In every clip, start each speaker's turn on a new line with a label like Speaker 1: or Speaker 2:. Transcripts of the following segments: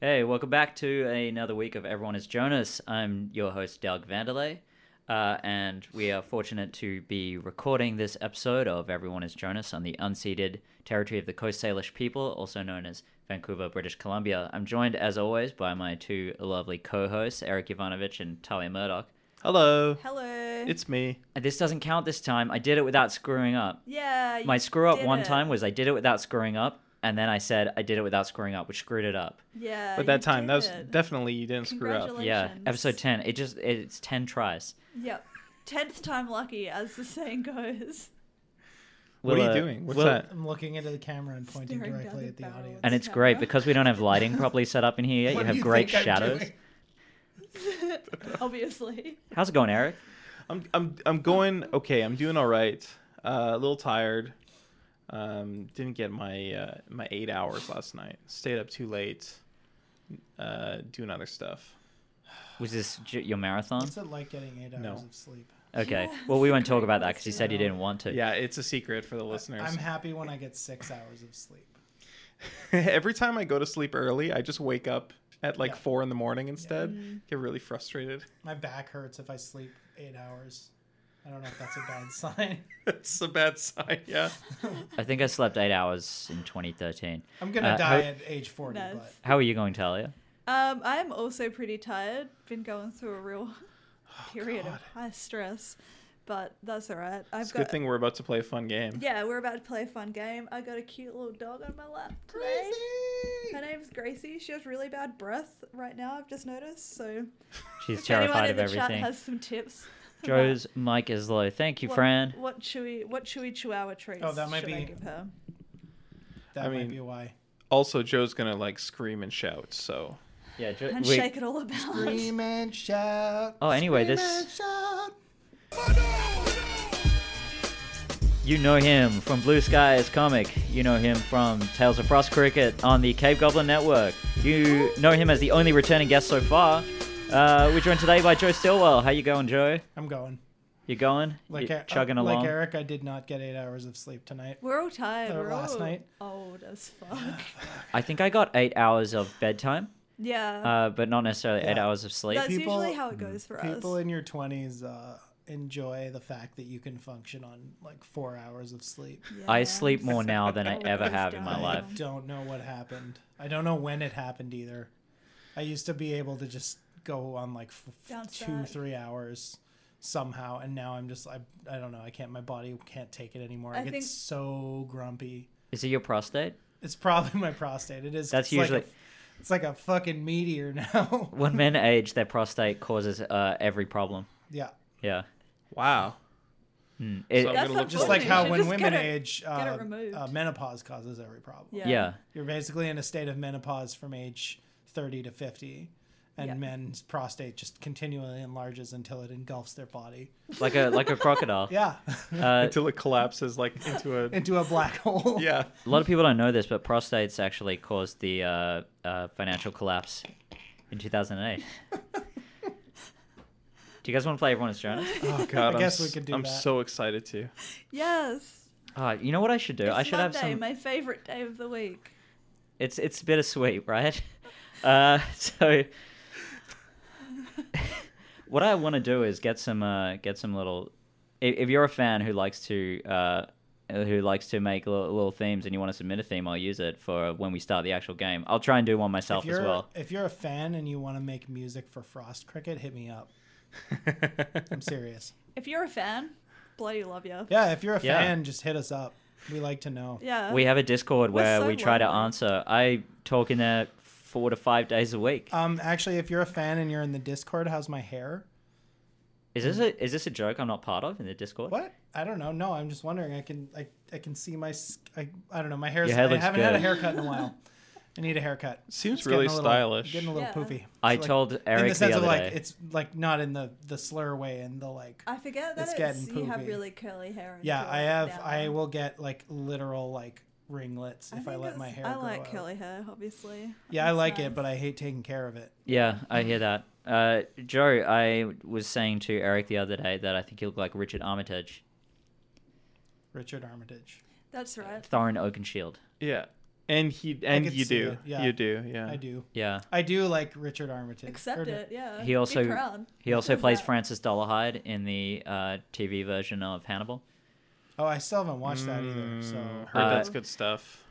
Speaker 1: Hey, welcome back to another week of Everyone is Jonas. I'm your host, Doug Vanderlei, uh, and we are fortunate to be recording this episode of Everyone is Jonas on the unceded territory of the Coast Salish people, also known as Vancouver, British Columbia. I'm joined, as always, by my two lovely co hosts, Eric Ivanovich and Talia Murdoch.
Speaker 2: Hello.
Speaker 3: Hello. Oh,
Speaker 2: It's me.
Speaker 1: And This doesn't count this time. I did it without screwing up.
Speaker 3: yeah. you
Speaker 1: My screw up
Speaker 3: did
Speaker 1: one
Speaker 3: it.
Speaker 1: time was I did it without screwing up, and then I said I did it without screwing up, which screwed it up.
Speaker 3: Yeah.
Speaker 2: But
Speaker 3: you
Speaker 2: that time, that was
Speaker 3: did.
Speaker 2: definitely you didn't screw up.
Speaker 3: Congratulations.
Speaker 1: Yeah,
Speaker 3: Congratulations.
Speaker 1: episode 10. It just it's 10 tries.
Speaker 3: Yep. Tenth time lucky, as the saying goes.
Speaker 2: What
Speaker 1: We'll,
Speaker 2: are
Speaker 1: uh,
Speaker 2: you doing? What's
Speaker 1: we'll-
Speaker 2: that?
Speaker 4: I'm looking into the camera and pointing
Speaker 3: Staring down
Speaker 4: directly
Speaker 3: the
Speaker 4: at the
Speaker 3: barrel.
Speaker 4: audience.
Speaker 1: And it's
Speaker 3: Yeah.
Speaker 1: great because we don't have lighting properly set up in here yet.
Speaker 4: What
Speaker 1: you
Speaker 4: do
Speaker 1: have great
Speaker 4: think I'm
Speaker 1: shadows.
Speaker 4: doing?
Speaker 3: Obviously.
Speaker 1: How's it going, Eric?
Speaker 2: I'm I'm I'm going okay. I'm doing all right. Uh, a little tired. Um, didn't get my uh, my eight hours last night. Stayed up too late. Uh, doing other stuff.
Speaker 1: Was this j- your marathon?
Speaker 4: What's it like getting eight hours
Speaker 2: No.
Speaker 4: of sleep?
Speaker 1: Okay.
Speaker 3: Yeah,
Speaker 1: well, we
Speaker 3: it's a
Speaker 1: won't talk
Speaker 3: great
Speaker 1: about that because you
Speaker 3: question.
Speaker 1: said you didn't want to.
Speaker 2: Yeah, it's a secret for the listeners.
Speaker 4: I'm happy when I get six hours of sleep.
Speaker 2: Every time I go to sleep early, I just wake up at like
Speaker 4: Yeah.
Speaker 2: four in the morning instead.
Speaker 3: Mm.
Speaker 2: Get really frustrated.
Speaker 4: My back hurts if I sleep eight hours. I don't know if that's a bad sign.
Speaker 2: it's a bad sign. Yeah.
Speaker 1: I think I slept eight hours in 2013.
Speaker 4: I'm gonna
Speaker 1: Uh,
Speaker 4: die
Speaker 1: how-
Speaker 4: at age forty,
Speaker 3: Nice.
Speaker 4: but
Speaker 1: How are you going, Talia?
Speaker 3: Um, I am also pretty tired. Been going through a real period
Speaker 2: Oh, God.
Speaker 3: of high stress, but that's all right. I've
Speaker 2: It's a
Speaker 3: got.
Speaker 2: good thing we're about to play a fun game.
Speaker 3: Yeah, we're about to play a fun game. I got a cute little dog on my lap today. Her name's Gracie. She has really bad breath right now. I've just noticed. So
Speaker 1: She's
Speaker 3: if
Speaker 1: terrified
Speaker 3: anyone in
Speaker 1: of
Speaker 3: the
Speaker 1: everything.
Speaker 3: Chat has some tips. about
Speaker 1: Joe's mic is low. Thank you,
Speaker 3: what,
Speaker 1: Fran.
Speaker 3: What chewy? What chewy chihuahua treats?
Speaker 4: Oh, that might
Speaker 3: should I
Speaker 4: be-
Speaker 3: give her?
Speaker 4: that
Speaker 2: I
Speaker 4: might
Speaker 2: mean-
Speaker 4: be why.
Speaker 2: Also, Joe's gonna like scream and shout. So
Speaker 1: Yeah, Joe.
Speaker 3: And
Speaker 1: we-
Speaker 3: shake it all about.
Speaker 4: Scream and shout.
Speaker 1: Oh, anyway,
Speaker 4: scream
Speaker 1: this-
Speaker 4: and shout.
Speaker 1: You know him from Blue Skies Comic. You know him from Tales of Frost Cricket on the Cape Goblin Network. You know him as the only returning guest so far. Uh, we're joined today by Joe Stilwell. How you going, Joe?
Speaker 4: I'm going.
Speaker 1: You going?
Speaker 4: Like
Speaker 1: you
Speaker 4: Er-
Speaker 1: chugging
Speaker 4: like
Speaker 1: along.
Speaker 4: Eric, I did not get eight hours of sleep tonight.
Speaker 3: We're all tired.
Speaker 4: Uh,
Speaker 3: We're
Speaker 4: last
Speaker 3: all
Speaker 4: night.
Speaker 3: old as fuck.
Speaker 1: I think I got eight hours of bedtime,
Speaker 3: yeah.
Speaker 1: uh, Mm, but not necessarily eight
Speaker 4: Yeah.
Speaker 1: hours of sleep.
Speaker 3: That's
Speaker 4: people-
Speaker 3: usually how it goes for
Speaker 4: People
Speaker 3: us.
Speaker 4: in your twenties uh, enjoy the fact that you can function on like four hours of sleep.
Speaker 1: I
Speaker 3: Yeah.
Speaker 1: sleep more now than I
Speaker 3: Oh,
Speaker 1: ever
Speaker 3: goes
Speaker 1: have in my
Speaker 3: down.
Speaker 4: I
Speaker 1: life.
Speaker 4: don't know what happened. I don't know when it happened either. I used to be able to just go on like f- f-
Speaker 3: Bounce
Speaker 4: two,
Speaker 3: back.
Speaker 4: three hours somehow, and now I'm just I, I don't know. I can't. My body can't take it anymore.
Speaker 3: I
Speaker 4: I, get
Speaker 3: think-
Speaker 4: so grumpy.
Speaker 1: Is it your prostate?
Speaker 4: It's probably my prostate. It is.
Speaker 1: That's
Speaker 4: it's like a-
Speaker 1: usually-
Speaker 4: it's like a fucking meteor now.
Speaker 1: When men age, their prostate causes uh, every problem.
Speaker 4: yeah.
Speaker 1: Yeah.
Speaker 2: wow.
Speaker 1: Mm. It-
Speaker 2: So I'm
Speaker 3: That's
Speaker 2: gonna look
Speaker 4: Just
Speaker 2: Well,
Speaker 4: like
Speaker 2: you
Speaker 4: how
Speaker 3: unfortunate.
Speaker 4: when
Speaker 3: Just
Speaker 4: women
Speaker 3: get it-
Speaker 4: age,
Speaker 3: get it
Speaker 4: uh,
Speaker 3: removed.
Speaker 4: uh, menopause causes every problem.
Speaker 3: Yeah.
Speaker 1: yeah.
Speaker 4: You're basically in a state of menopause from age 30 to 50, and
Speaker 3: Yeah.
Speaker 4: men's prostate just continually enlarges until it engulfs their body.
Speaker 1: Like a like a crocodile.
Speaker 4: Yeah,
Speaker 1: Uh,
Speaker 2: Until it collapses like into a
Speaker 4: into a black hole.
Speaker 2: yeah.
Speaker 1: A lot of people don't know this, but prostates actually caused the uh, uh, financial collapse in 2008. do you guys want to play Everyone's Jonas?
Speaker 2: Oh god.
Speaker 4: I guess
Speaker 2: am
Speaker 4: we could do
Speaker 2: I'm
Speaker 4: that.
Speaker 2: so excited to.
Speaker 3: Yes.
Speaker 1: Uh, you know what I should do?
Speaker 3: It's
Speaker 1: I should have
Speaker 3: Monday,
Speaker 1: some.
Speaker 3: my favorite day of the week.
Speaker 1: It's it's bittersweet, right? Uh, so what I want to do is get some uh, get some little. If, if you're a fan who likes to uh, who likes to make little, little themes and you want to submit a theme, I'll use it for when we start the actual game. I'll try and do one myself
Speaker 4: If
Speaker 1: as
Speaker 4: you're,
Speaker 1: well.
Speaker 4: if you're a fan and you want to make music for Frost Cricket, hit me up. I'm serious.
Speaker 3: If you're a fan, bloody love you.
Speaker 4: Yeah, if you're a
Speaker 1: Yeah.
Speaker 4: fan, just hit us up. We like to know.
Speaker 3: Yeah.
Speaker 1: we have a discord
Speaker 3: We're
Speaker 1: where
Speaker 3: so
Speaker 1: we try to
Speaker 3: lonely.
Speaker 1: answer i talk in there four to five days a week
Speaker 4: Um, actually, if you're a fan and you're in the Discord, how's my hair?
Speaker 1: is this a is this a joke i'm not part of in the discord
Speaker 4: What? I don't know. No, I'm just wondering. I can I, I can see my s- I, I don't know. My hair's
Speaker 1: Your hair
Speaker 4: I
Speaker 1: looks
Speaker 4: haven't had a
Speaker 1: good.
Speaker 4: haircut in a while. I need a haircut.
Speaker 2: Seems
Speaker 4: It's
Speaker 2: really
Speaker 4: getting a little-
Speaker 2: stylish.
Speaker 4: Getting a little
Speaker 3: Yeah.
Speaker 4: poofy.
Speaker 1: i
Speaker 4: It's like-
Speaker 1: told
Speaker 4: in
Speaker 1: eric
Speaker 4: the
Speaker 1: the,
Speaker 4: sense
Speaker 1: other
Speaker 4: of like
Speaker 1: day
Speaker 4: it's like not in the the slur way and the like.
Speaker 3: I forget
Speaker 4: It's
Speaker 3: that it's,
Speaker 4: getting
Speaker 3: you have
Speaker 4: poofy.
Speaker 3: really curly hair. and
Speaker 4: yeah,
Speaker 3: curl
Speaker 4: I have.
Speaker 3: down.
Speaker 4: I will get like literal like ringlets if I,
Speaker 3: think
Speaker 4: let my
Speaker 3: it's-
Speaker 4: hair.
Speaker 3: I
Speaker 4: grow
Speaker 3: like
Speaker 4: out.
Speaker 3: curly hair, obviously.
Speaker 4: Yeah, I
Speaker 3: It's
Speaker 4: like
Speaker 3: nice.
Speaker 4: it, but I hate taking care of it.
Speaker 1: yeah i hear that uh, joe i was saying to eric the other day that i think you look like richard armitage
Speaker 4: Richard Armitage.
Speaker 3: That's right.
Speaker 1: thorin oakenshield
Speaker 2: Yeah. And he and
Speaker 4: could
Speaker 2: you
Speaker 4: see
Speaker 2: do.
Speaker 4: it, yeah.
Speaker 2: You do, yeah.
Speaker 4: I do.
Speaker 1: Yeah.
Speaker 4: I do like Richard Armitage. Or
Speaker 3: Accept
Speaker 4: no-
Speaker 3: it, yeah.
Speaker 1: He also-
Speaker 3: Be proud.
Speaker 1: He also
Speaker 3: Love
Speaker 1: plays
Speaker 3: that.
Speaker 1: Francis Dollahide in the uh, TV version of Hannibal.
Speaker 4: Oh, I still haven't watched that either.
Speaker 2: Mm,
Speaker 4: So.
Speaker 2: heard
Speaker 1: Uh,
Speaker 2: that's good stuff.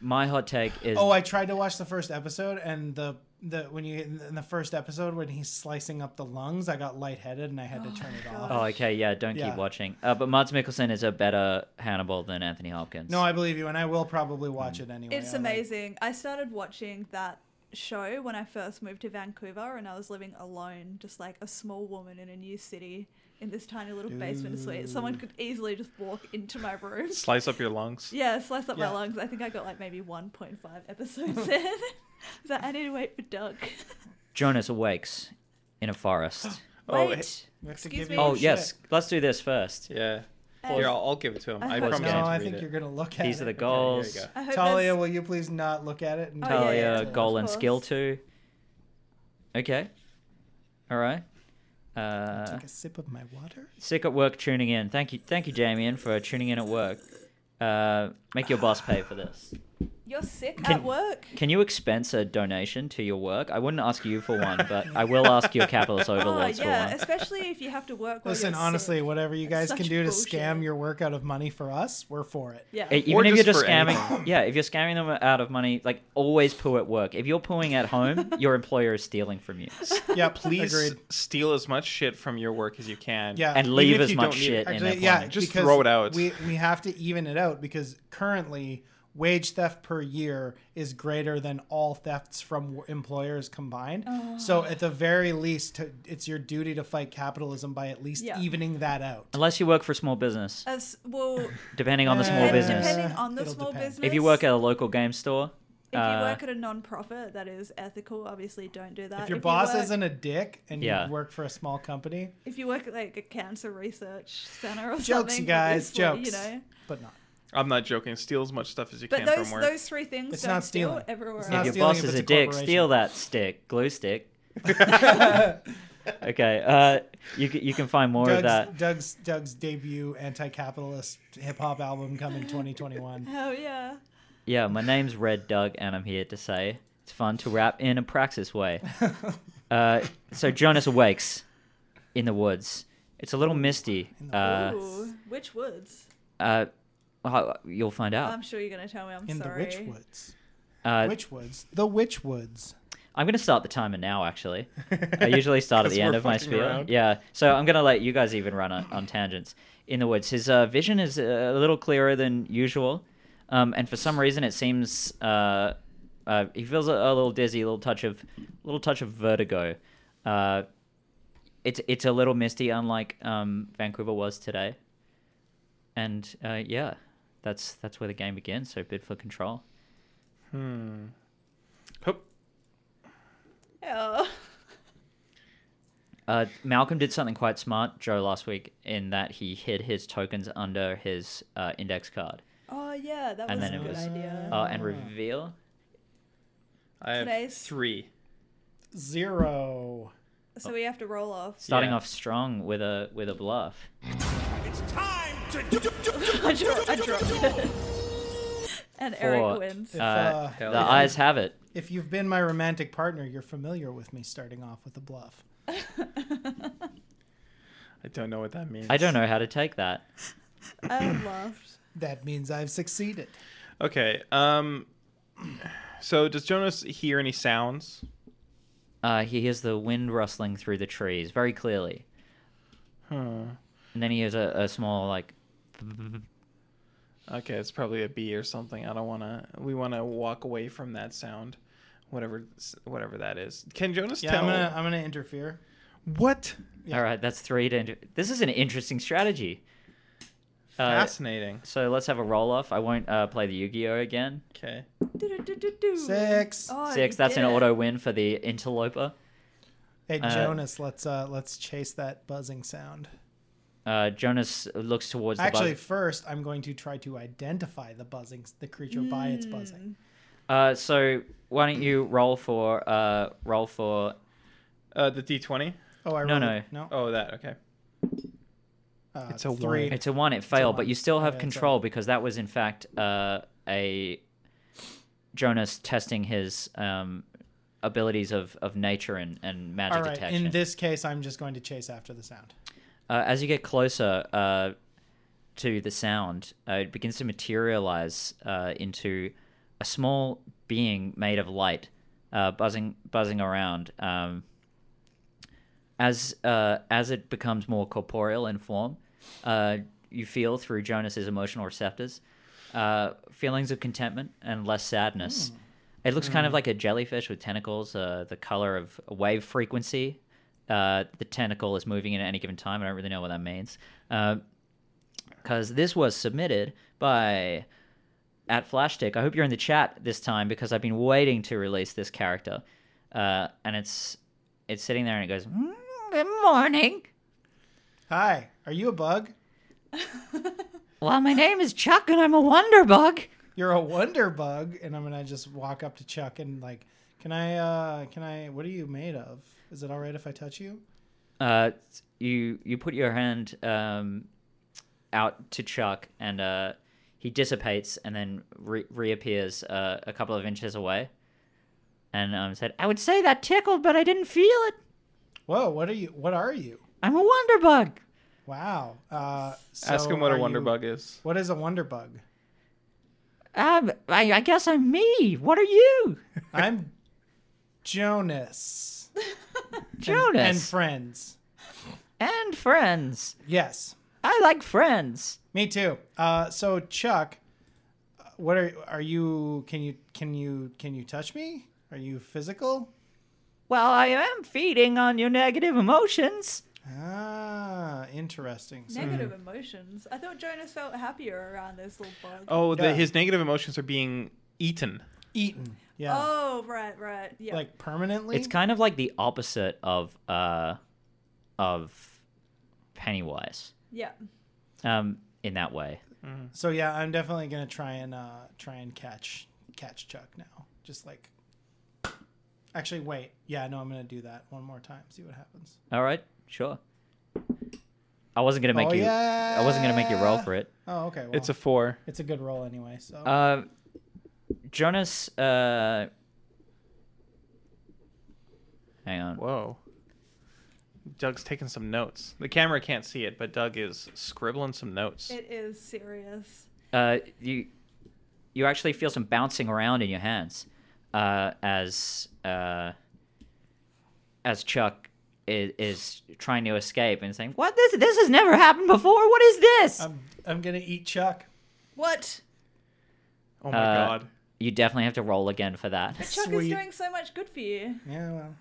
Speaker 1: My hot take is
Speaker 4: Oh, I tried to watch the first episode, and the the when you in the first episode when he's slicing up the lungs, I got lightheaded and I had
Speaker 3: Oh
Speaker 4: to turn
Speaker 3: my
Speaker 4: it
Speaker 3: God.
Speaker 4: off.
Speaker 1: Oh, okay, yeah, don't
Speaker 4: Yeah.
Speaker 1: keep watching. Uh, but Mads Mikkelsen is a better Hannibal than Anthony Hopkins.
Speaker 4: No, I believe you, and I will probably watch it anyway.
Speaker 3: It's
Speaker 4: I like-
Speaker 3: amazing. I started watching that show when I first moved to Vancouver and I was living alone, just like a small woman in a new city in this tiny little basement suite. Someone
Speaker 4: Ooh.
Speaker 3: could easily just walk into my room.
Speaker 2: Slice up your lungs.
Speaker 3: Yeah, slice up
Speaker 4: Yeah.
Speaker 3: my lungs. I think I got like maybe 1.5 episodes in. I was like, I need to wait for Doug.
Speaker 1: Jonas awakes in a forest.
Speaker 2: Oh,
Speaker 3: wait.
Speaker 2: hey-
Speaker 4: We have to
Speaker 3: Excuse
Speaker 4: give
Speaker 3: me?
Speaker 4: you
Speaker 1: oh,
Speaker 4: shit.
Speaker 1: yes, let's do this first.
Speaker 2: Yeah.
Speaker 1: Uh,
Speaker 3: And
Speaker 2: Here, I'll, I'll give it to him.
Speaker 3: I
Speaker 2: I,
Speaker 3: have-
Speaker 2: promise
Speaker 4: No,
Speaker 2: I have to
Speaker 4: I
Speaker 2: read
Speaker 4: think
Speaker 2: it.
Speaker 4: you're gonna look at
Speaker 1: These are the
Speaker 4: it.
Speaker 1: goals.
Speaker 2: Okay, here you
Speaker 3: I hope
Speaker 4: Talia,
Speaker 3: there's-
Speaker 4: will you please not look at it? And
Speaker 3: Oh, yeah,
Speaker 1: Talia,
Speaker 3: yeah, yeah.
Speaker 1: uh, goal and
Speaker 3: Of
Speaker 1: skill
Speaker 3: course.
Speaker 1: two. Okay. All right.
Speaker 4: I
Speaker 1: Uh,
Speaker 4: Take a sip of my water.
Speaker 1: sick at work tuning in. Thank you, thank you, Damien, for tuning in at work. Uh, make your boss pay for this.
Speaker 3: You're sick
Speaker 1: Can-
Speaker 3: at work.
Speaker 1: Can you expense a donation to your work? I wouldn't ask you for one, but I will ask your capitalist overlords
Speaker 3: oh, yeah,
Speaker 1: for one.
Speaker 3: especially if you have to work. While
Speaker 4: Listen,
Speaker 3: you're
Speaker 4: honestly,
Speaker 3: sick.
Speaker 4: whatever you
Speaker 3: Oh, That's
Speaker 4: guys can
Speaker 3: such
Speaker 4: do to
Speaker 3: bullshit.
Speaker 4: scam your work out of money for us, we're for it.
Speaker 3: yeah.
Speaker 1: E- Even
Speaker 2: Or
Speaker 1: if you're
Speaker 2: just
Speaker 1: just
Speaker 2: for
Speaker 1: scamming,
Speaker 2: anything.
Speaker 1: yeah, if you're scamming them out of money, like always poo at work. If you're pooing at home, your employer is stealing from you.
Speaker 4: Yeah,
Speaker 2: Please
Speaker 4: Agreed.
Speaker 2: steal as much shit from your work as you can.
Speaker 4: Yeah.
Speaker 1: And
Speaker 2: Even
Speaker 1: leave
Speaker 2: if
Speaker 1: as
Speaker 2: you
Speaker 1: much
Speaker 2: don't need
Speaker 1: shit
Speaker 2: it.
Speaker 1: in
Speaker 4: Actually,
Speaker 1: employment.
Speaker 4: yeah,
Speaker 2: Just
Speaker 4: because
Speaker 2: throw it out.
Speaker 4: We we have to even it out because currently wage theft per year is greater than all thefts from w- employers combined. So at the very least, to, it's your duty to fight capitalism by at least
Speaker 3: Yeah.
Speaker 4: evening that out.
Speaker 1: Unless you work for a small business,
Speaker 3: As well,
Speaker 1: depending on the small
Speaker 4: Uh,
Speaker 3: depend-
Speaker 1: business.
Speaker 3: depending on the
Speaker 4: It'll
Speaker 3: small
Speaker 4: depend.
Speaker 3: business.
Speaker 1: If you work at a local game store,
Speaker 3: if you
Speaker 1: uh,
Speaker 3: work at a non-profit that is ethical, obviously don't do that.
Speaker 4: If your
Speaker 3: you
Speaker 4: boss
Speaker 3: work-
Speaker 4: isn't a dick and
Speaker 1: Yeah.
Speaker 4: you work for a small company,
Speaker 3: if you work at like a cancer research center or
Speaker 4: jokes,
Speaker 3: something,
Speaker 4: you guys,
Speaker 3: obviously,
Speaker 4: jokes,
Speaker 3: you know.
Speaker 4: but not.
Speaker 2: I'm not joking. Steal as much stuff as you
Speaker 3: But
Speaker 2: can
Speaker 3: those
Speaker 2: from work.
Speaker 3: those three things
Speaker 4: It's
Speaker 3: don't
Speaker 4: not
Speaker 3: steal
Speaker 4: stealing.
Speaker 3: everywhere
Speaker 4: It's
Speaker 3: else.
Speaker 4: not
Speaker 1: if your
Speaker 4: stealing
Speaker 1: boss
Speaker 4: if
Speaker 1: is
Speaker 4: it's
Speaker 1: a
Speaker 4: a
Speaker 1: dick,
Speaker 4: corporation.
Speaker 1: steal that stick, glue stick. Okay, uh, you c- you can find more
Speaker 4: Doug's,
Speaker 1: of that.
Speaker 4: Doug's Doug's debut anti-capitalist hip hop album coming 2021.
Speaker 3: Hell yeah.
Speaker 1: Yeah, my name's Red Doug, and I'm here to say it's fun to rap in a praxis way. Uh, so Jonas awakes in the woods. It's a little misty. Uh,
Speaker 3: Ooh, which woods?
Speaker 1: uh, well, you'll find out.
Speaker 3: I'm sure you're gonna tell me. I'm
Speaker 4: In
Speaker 3: sorry.
Speaker 4: the Witchwoods.
Speaker 1: Uh,
Speaker 4: Witchwoods. The Witchwoods.
Speaker 1: I'm gonna start the timer now. Actually, I usually start at
Speaker 2: 'Cause
Speaker 1: the end
Speaker 2: we're
Speaker 1: of my
Speaker 2: fucking
Speaker 1: spiel.
Speaker 2: around.
Speaker 1: Yeah, so I'm gonna let you guys even run on, on tangents in the woods. His uh, vision is a little clearer than usual, um, and for some reason, it seems uh, uh, he feels a, a little dizzy, a little touch of, little touch of vertigo. Uh, it's it's a little misty, unlike um, Vancouver was today. And uh, yeah, that's that's where the game begins. So bid for control.
Speaker 2: Hmm. Hope.
Speaker 3: Oh.
Speaker 1: Uh, Malcolm did something quite smart, Joe, last week in that he hid his tokens under his uh, index card.
Speaker 3: Oh yeah, that
Speaker 1: And
Speaker 3: was a
Speaker 1: then it
Speaker 3: good
Speaker 1: was-
Speaker 3: idea.
Speaker 1: Uh, and
Speaker 4: Ah.
Speaker 1: reveal.
Speaker 2: I have
Speaker 3: Today's-
Speaker 2: three.
Speaker 4: Zero.
Speaker 3: so we have to roll off.
Speaker 1: Starting
Speaker 2: Yeah.
Speaker 1: off strong with a with a bluff.
Speaker 5: It's time to.
Speaker 3: I dropped, I dropped it. and
Speaker 1: Four.
Speaker 3: Eric wins.
Speaker 4: If,
Speaker 1: Uh,
Speaker 4: uh,
Speaker 1: the
Speaker 2: Hell yeah.
Speaker 1: eyes have it.
Speaker 4: if you've been my romantic partner, you're familiar with me starting off with a bluff.
Speaker 2: I don't know what that means.
Speaker 1: I don't know how to take that.
Speaker 3: I laughed.
Speaker 4: That means I've succeeded.
Speaker 2: Okay. Um. So does Jonas hear any sounds?
Speaker 1: Uh, he hears the wind rustling through the trees very clearly,
Speaker 2: Hmm.
Speaker 1: and then he hears a, a small like.
Speaker 2: Okay, it's probably a bee or something. I don't want to. We want to walk away from that sound, whatever, whatever that is. Can Jonas
Speaker 4: Yeah,
Speaker 2: tell?
Speaker 4: I'm gonna I'm gonna interfere.
Speaker 2: What?
Speaker 4: Yeah.
Speaker 1: All right, that's three. To inter- this is an interesting strategy. Uh,
Speaker 2: Fascinating.
Speaker 1: so let's have a roll off. I won't uh, play the Yu-Gi-Oh again.
Speaker 2: Okay.
Speaker 3: Do-do-do-do-do.
Speaker 4: Six.
Speaker 3: Oh,
Speaker 1: Six.
Speaker 3: you
Speaker 1: That's
Speaker 3: did
Speaker 1: an
Speaker 3: it.
Speaker 1: auto win for the interloper.
Speaker 4: Hey
Speaker 1: Uh,
Speaker 4: Jonas, let's uh let's chase that buzzing sound.
Speaker 1: Uh, Jonas looks towards the
Speaker 4: Actually,
Speaker 1: bug.
Speaker 4: first I'm going to try to identify the buzzing the creature by its buzzing.
Speaker 1: Uh, so why don't you roll for uh, roll for
Speaker 2: Uh, the D20.
Speaker 4: Oh, I
Speaker 1: No,
Speaker 4: rolled- no.
Speaker 2: Oh, that. Okay.
Speaker 4: Uh,
Speaker 2: It's a
Speaker 4: three.
Speaker 2: one.
Speaker 1: it's a one. It failed, but
Speaker 4: one.
Speaker 1: you still have
Speaker 4: Yeah, it's a-
Speaker 1: control because that was in fact uh, a Jonas testing his um, abilities of, of nature and, and magic
Speaker 4: All right.
Speaker 1: detection.
Speaker 4: In this case, I'm just going to chase after the sound.
Speaker 1: Uh, as you get closer uh, to the sound, uh, it begins to materialize uh, into a small being made of light, uh, buzzing buzzing around. Um, as uh, as it becomes more corporeal in form, uh, you feel through Jonas's emotional receptors uh, feelings of contentment and less sadness. It looks kind of like a jellyfish with tentacles, uh, the color of wave frequency. Uh, the tentacle is moving at any given time. I don't really know what that means. Because this was submitted by at Flashstick. I hope you're in the chat this time because I've been waiting to release this character. Uh, and it's it's sitting there and it goes, "Mm, Good morning.
Speaker 4: Hi, are you a bug?
Speaker 1: Well, my name is Chuck and I'm a wonder bug.
Speaker 4: You're a wonder bug, and I'm gonna just walk up to Chuck and like, can I? uh Can I? What are you made of? Is it all right if I touch you?
Speaker 1: Uh, you you put your hand um, out to Chuck, and uh, he dissipates, and then re- reappears uh, a couple of inches away, and um, said, "I would say that tickled, but I didn't feel it.
Speaker 4: Whoa, what are you? What are you?
Speaker 1: I'm a wonder bug."
Speaker 4: Wow. Uh,
Speaker 2: Ask
Speaker 4: so
Speaker 2: him what a
Speaker 4: are
Speaker 2: wonder
Speaker 4: you-
Speaker 2: bug is.
Speaker 4: What is a wonder bug?
Speaker 1: Um, I, I guess I'm me. What are you,
Speaker 4: I'm Jonas and
Speaker 1: Jonas?
Speaker 4: friends.
Speaker 1: And, friends.
Speaker 4: Yes,
Speaker 1: I like friends.
Speaker 4: me too. Uh, so Chuck, uh, what are are you? Can you can you can you touch me? Are you physical?
Speaker 1: Well, I am feeding on your negative emotions.
Speaker 4: Ah, interesting. So
Speaker 3: Negative emotions. I thought Jonas felt happier around this little bug.
Speaker 2: Oh, the,
Speaker 4: Yeah.
Speaker 2: his negative emotions are being eaten.
Speaker 4: eaten. Yeah.
Speaker 3: Oh, right, right. Yeah.
Speaker 4: Like permanently?
Speaker 1: It's kind of like the opposite of uh, of Pennywise.
Speaker 3: yeah.
Speaker 1: um, in that way.
Speaker 4: so yeah, I'm definitely gonna try and uh try and catch catch Chuck now. Just like actually wait. Yeah, no, I'm gonna do that one more time, see what happens.
Speaker 1: All right, sure. I wasn't gonna make
Speaker 4: Oh,
Speaker 1: you. I wasn't gonna make you roll
Speaker 4: yeah.
Speaker 1: for it.
Speaker 4: Oh, okay. Well,
Speaker 2: It's a four.
Speaker 4: it's a good roll anyway, so
Speaker 1: Uh, Jonas. Uh, hang on.
Speaker 2: Whoa. Doug's taking some notes. The camera can't see it, but Doug is scribbling some notes.
Speaker 3: It is serious.
Speaker 1: Uh, you you actually feel some bouncing around in your hands uh, as uh, as Chuck is, is trying to escape and saying, "What this? This has never happened before. What is this?"
Speaker 4: I'm I'm gonna eat Chuck.
Speaker 3: What?
Speaker 2: oh my
Speaker 1: uh,
Speaker 2: god.
Speaker 1: you definitely have to roll again for that.
Speaker 3: Chuck is
Speaker 4: Sweet.
Speaker 3: doing so much good for you.
Speaker 4: Yeah, well.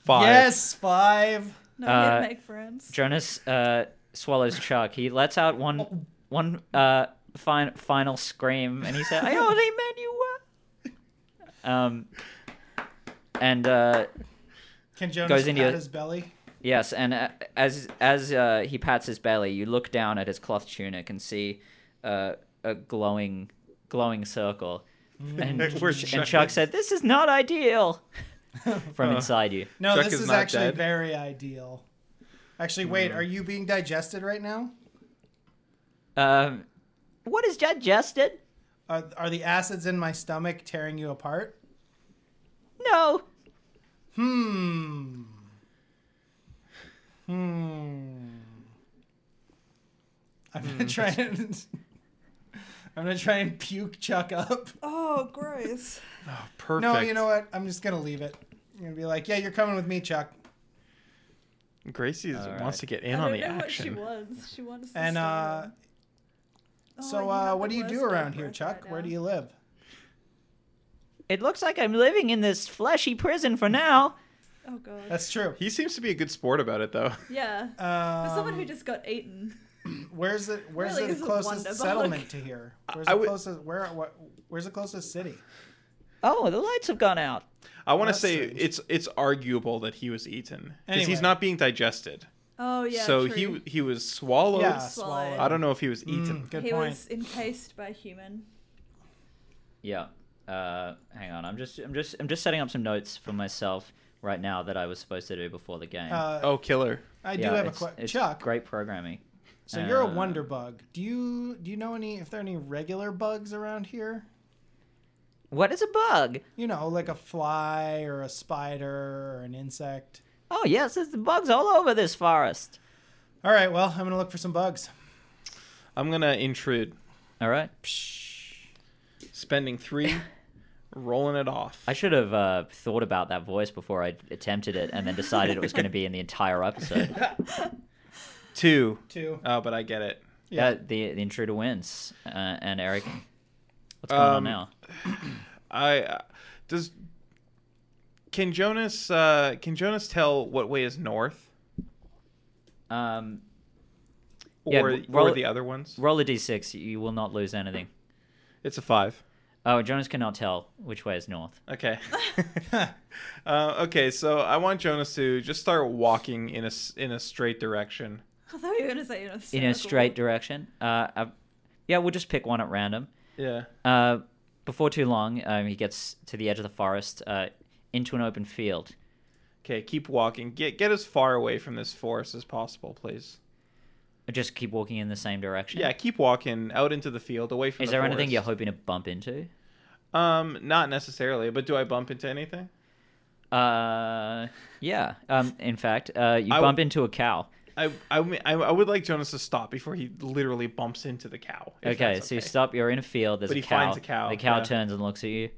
Speaker 2: Five.
Speaker 4: Yes, five.
Speaker 3: No, we didn't
Speaker 1: Uh,
Speaker 3: make friends.
Speaker 1: Jonas uh, swallows Chuck. He lets out one one uh, fin- final scream, and he said, "I only meant you well." Um, and uh,
Speaker 4: Can Jonas
Speaker 1: Goes into
Speaker 4: pat
Speaker 1: your-
Speaker 4: his belly?
Speaker 1: yes, and uh, as as uh, he pats his belly, you look down at his cloth tunic and see uh, a glowing glowing circle. And,
Speaker 2: Where's
Speaker 1: and
Speaker 2: Chuck?
Speaker 1: Chuck said, "This is not ideal." From
Speaker 2: Huh.
Speaker 1: inside you.
Speaker 4: No,
Speaker 2: Chuck
Speaker 4: this
Speaker 2: is
Speaker 4: is,
Speaker 2: not
Speaker 4: actually
Speaker 2: dead.
Speaker 4: very ideal. Actually, wait,
Speaker 1: Mm.
Speaker 4: are you being digested right now?
Speaker 1: Um, what is digested?
Speaker 4: Are, are the acids in my stomach tearing you apart?
Speaker 1: No.
Speaker 4: Hmm. Hmm. I'm gonna try and I'm gonna try and puke Chuck up.
Speaker 3: Oh, gross. Oh,
Speaker 2: Perfect.
Speaker 4: No, you know what? I'm just gonna leave it. I'm gonna be like, yeah, you're coming with me, Chuck.
Speaker 2: Gracie is-
Speaker 1: All
Speaker 2: wants
Speaker 1: right.
Speaker 2: to get
Speaker 3: I
Speaker 2: in
Speaker 3: don't
Speaker 2: on the
Speaker 3: know
Speaker 2: action.
Speaker 3: What she wants. She wants. to
Speaker 4: And
Speaker 3: stay
Speaker 4: uh,
Speaker 3: on. Oh,
Speaker 4: so
Speaker 3: you
Speaker 4: uh,
Speaker 3: have
Speaker 4: what
Speaker 3: the
Speaker 4: do you do
Speaker 3: worst
Speaker 4: around
Speaker 3: birth
Speaker 4: here,
Speaker 3: right
Speaker 4: Chuck? Where
Speaker 3: now.
Speaker 4: do you live?
Speaker 1: It looks like I'm living in this fleshy prison for now.
Speaker 3: Oh god.
Speaker 4: That's true.
Speaker 2: He seems to be a good sport about it, though.
Speaker 3: yeah.
Speaker 4: Um,
Speaker 3: For someone who just got eaten.
Speaker 4: where's it? Where's
Speaker 3: really is
Speaker 4: the
Speaker 3: a
Speaker 4: closest
Speaker 3: wonder
Speaker 4: settlement
Speaker 3: bug.
Speaker 4: to here? Where's
Speaker 2: I
Speaker 4: the
Speaker 2: would-
Speaker 4: closest? Where? What? Where's the closest city?
Speaker 1: Oh, the lights have gone out.
Speaker 2: I want to
Speaker 4: That's
Speaker 2: say
Speaker 4: strange.
Speaker 2: it's it's arguable that he was eaten because
Speaker 4: Anyway.
Speaker 2: he's not being digested.
Speaker 3: Oh yeah.
Speaker 2: so
Speaker 3: true.
Speaker 2: he he was swallowed.
Speaker 4: yeah,
Speaker 3: swallowed.
Speaker 2: I don't know if he was
Speaker 4: Mm,
Speaker 2: eaten.
Speaker 4: good
Speaker 3: he
Speaker 4: point.
Speaker 3: was encased by human.
Speaker 1: Yeah. Uh, hang on. I'm just, I'm just, I'm just setting up some notes for myself right now that I was supposed to do before the game.
Speaker 4: Uh,
Speaker 2: Oh, killer!
Speaker 4: I do
Speaker 1: Yeah,
Speaker 4: have a
Speaker 1: it's-
Speaker 4: question,
Speaker 1: it's
Speaker 4: Chuck.
Speaker 1: Great programming.
Speaker 4: So you're a
Speaker 1: Uh,
Speaker 4: wonder bug. Do you do you know any if there are any regular bugs around here?
Speaker 1: What is a bug?
Speaker 4: You know, like a fly or a spider or an insect.
Speaker 1: Oh yes, there's bugs all over this forest.
Speaker 4: All right, well, I'm gonna look for some bugs.
Speaker 2: I'm gonna intrude.
Speaker 1: All right.
Speaker 2: Spending three, rolling it off.
Speaker 1: I should have uh, thought about that voice before I attempted it, and then decided it was going to be in the entire episode.
Speaker 2: two.
Speaker 4: Two.
Speaker 1: Uh,
Speaker 2: Oh, but I get it.
Speaker 1: Yeah, Uh, the, the intruder wins, uh, and Eric. What's going on
Speaker 2: Um,
Speaker 1: now?
Speaker 2: I uh, does. Can Jonas uh, can Jonas tell what way is north,
Speaker 1: Um,
Speaker 2: or
Speaker 1: Yeah, roll
Speaker 2: or
Speaker 1: it-
Speaker 2: the other ones?
Speaker 1: roll a d6. You will not lose anything.
Speaker 2: It's a five.
Speaker 1: Oh, Jonas cannot tell which way is north.
Speaker 2: Okay. uh, okay, so I want Jonas to just start walking in a s- in a straight direction.
Speaker 3: I thought you were gonna say in a
Speaker 1: In
Speaker 3: circle.
Speaker 1: a straight direction. Uh, uh, yeah, we'll just pick one at random.
Speaker 2: Yeah.
Speaker 1: Uh, before too long, um, he gets to the edge of the forest, uh, into an open field.
Speaker 2: Okay, keep walking. Get get as far away from this forest as possible, please.
Speaker 1: Just keep walking in the same direction.
Speaker 2: Yeah, keep walking out into the field, away from.
Speaker 1: Is
Speaker 2: the
Speaker 1: there anything you're
Speaker 2: forest.
Speaker 1: hoping to bump into?
Speaker 2: Um, not necessarily, but do I bump into anything?
Speaker 1: Uh, yeah. Um, in fact, uh, you
Speaker 2: I w-
Speaker 1: bump into a cow.
Speaker 2: I I mean, I, I would like Jonas to stop before he literally bumps into the cow. if
Speaker 1: Okay,
Speaker 2: that's
Speaker 1: so you stop. You're in a field. There's
Speaker 2: But
Speaker 1: a
Speaker 2: he
Speaker 1: cow.
Speaker 2: finds a cow,
Speaker 1: The cow
Speaker 2: yeah.
Speaker 1: turns and looks at you.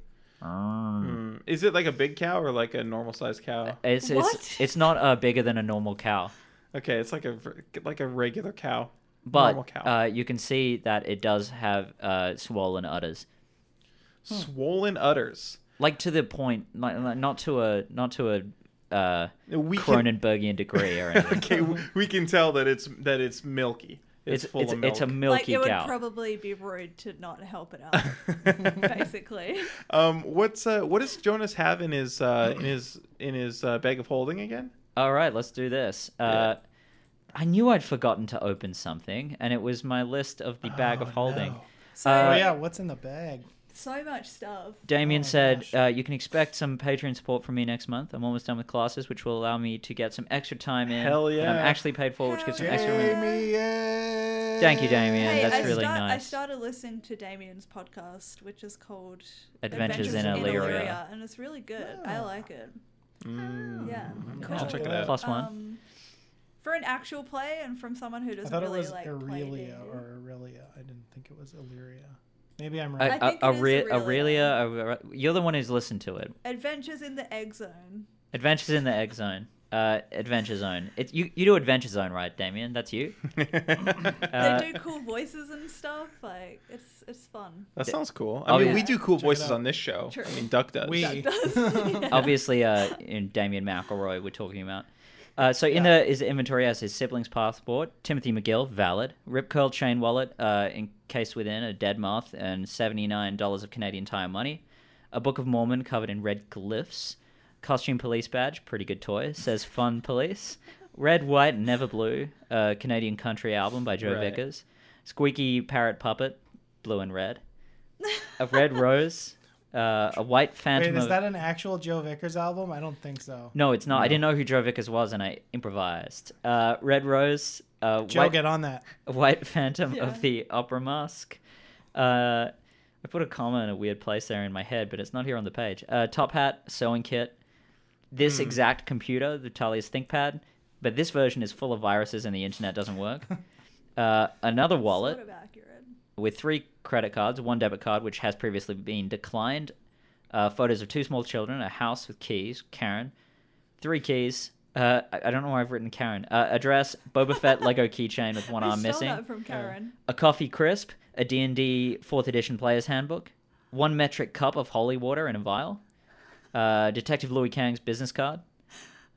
Speaker 2: Mm, Is it like a big cow or like a normal sized cow?
Speaker 1: It's
Speaker 3: What?
Speaker 1: it's it's not uh, bigger than a normal cow,
Speaker 2: Okay, it's like a ver- like a regular cow. normal
Speaker 1: but
Speaker 2: cow.
Speaker 1: uh, you can see that it does have uh, swollen udders,
Speaker 2: swollen udders.
Speaker 1: like to the point, like, like, not to a not to a uh,
Speaker 2: We can
Speaker 1: Cronenbergian degree or anything.
Speaker 2: okay, w- we can tell that it's that it's milky. It's,
Speaker 1: It's
Speaker 2: full
Speaker 1: it's,
Speaker 2: of milk.
Speaker 1: it's a
Speaker 3: Like
Speaker 1: milky
Speaker 3: it would
Speaker 1: cow.
Speaker 3: probably be rude to not help it out, basically.
Speaker 2: um, what's uh, what does Jonas have in his uh, in his in his uh, bag of holding again?
Speaker 1: All right, let's do this. Uh, I knew I'd forgotten to open something, and it was my list of the bag of holding.
Speaker 2: no.
Speaker 3: So
Speaker 1: Uh,
Speaker 4: oh yeah, what's in the bag?
Speaker 3: so much stuff.
Speaker 1: Damien
Speaker 4: Oh,
Speaker 1: said,
Speaker 4: gosh.
Speaker 1: uh, You can expect some Patreon support from me next month. I'm almost done with classes, which will allow me to get some extra time in.
Speaker 2: Hell
Speaker 1: that I'm
Speaker 2: yeah.
Speaker 1: actually paid for, which gives some
Speaker 3: Hell
Speaker 1: extra. room.
Speaker 3: yeah.
Speaker 4: Damien.
Speaker 1: Thank you, Damien.
Speaker 3: hey,
Speaker 1: That's
Speaker 3: I
Speaker 1: really
Speaker 3: start, I
Speaker 1: nice.
Speaker 3: started listening to Damien's podcast, which is called
Speaker 1: Adventures in Illyria.
Speaker 3: Illyria, and it's really good. I like it. Mm, Yeah, cool.
Speaker 2: Hmm. Mm, I'll check it out.
Speaker 1: Plus one.
Speaker 3: Um, for an actual play and from someone who
Speaker 4: I
Speaker 3: doesn't
Speaker 4: thought
Speaker 3: really
Speaker 4: it was
Speaker 3: like play
Speaker 4: Aurelia
Speaker 3: D&D.
Speaker 4: or Aurelia. I didn't think it was Illyria. Maybe I'm
Speaker 1: Uh,
Speaker 4: right.
Speaker 3: I
Speaker 1: uh,
Speaker 3: think it is
Speaker 1: Aurelia,
Speaker 3: Aurelia.
Speaker 1: Aurelia, Aure- you're the one who's listened to it.
Speaker 3: Adventures in the Egg Zone.
Speaker 1: Adventures in the Egg Zone. Uh, Adventure Zone. It, you, you do Adventure Zone, right, Damien? That's you? Uh,
Speaker 3: they do cool voices and stuff. Like it's it's fun.
Speaker 2: that sounds cool. I
Speaker 1: Oh,
Speaker 2: mean,
Speaker 1: yeah.
Speaker 2: we do cool
Speaker 4: Check it
Speaker 2: voices
Speaker 4: out.
Speaker 2: on this show.
Speaker 3: True.
Speaker 2: I mean, Duck does.
Speaker 4: we.
Speaker 1: obviously uh in Damien McElroy we're talking about. Uh, so in the his inventory has his siblings passport, Timothy McGill, valid, Rip Curl chain wallet, uh, in case within a dead moth, and seventy nine dollars of Canadian Tire money, a Book of Mormon covered in red glyphs, costume police badge, pretty good toy, says fun police, red white never blue, uh, Canadian country album by Joe
Speaker 2: Right.
Speaker 1: Vickers, squeaky parrot puppet, blue and red, a red rose, uh, a white phantom.
Speaker 4: Wait, is
Speaker 1: of-
Speaker 4: that an actual Joe Vickers album? I don't think so.
Speaker 1: no, it's not. I didn't know who Joe Vickers was, and I improvised. Uh, Red Rose, uh,
Speaker 4: Joe,
Speaker 1: White,
Speaker 4: get on that.
Speaker 1: White Phantom
Speaker 3: Yeah.
Speaker 1: of the Opera Mask. Uh, I put a comma in a weird place there in my head, but it's not here on the page. Uh, top hat, sewing kit. This
Speaker 4: Hmm.
Speaker 1: exact computer, the Talia's ThinkPad, but this version is full of viruses and the internet doesn't work. Uh, another wallet
Speaker 3: Sort of accurate.
Speaker 1: with three credit cards, one debit card, which has previously been declined, uh, photos of two small children, a house with keys, Karen, three keys. Uh, I, I don't know why I've written Karen. Uh, address, Boba Fett Lego keychain with one
Speaker 3: I
Speaker 1: arm
Speaker 3: stole
Speaker 1: missing,
Speaker 3: that from Karen.
Speaker 1: a coffee crisp, a D&D 4th edition player's handbook, one metric cup of holy water in a vial, uh, Detective Louis Kang's business card,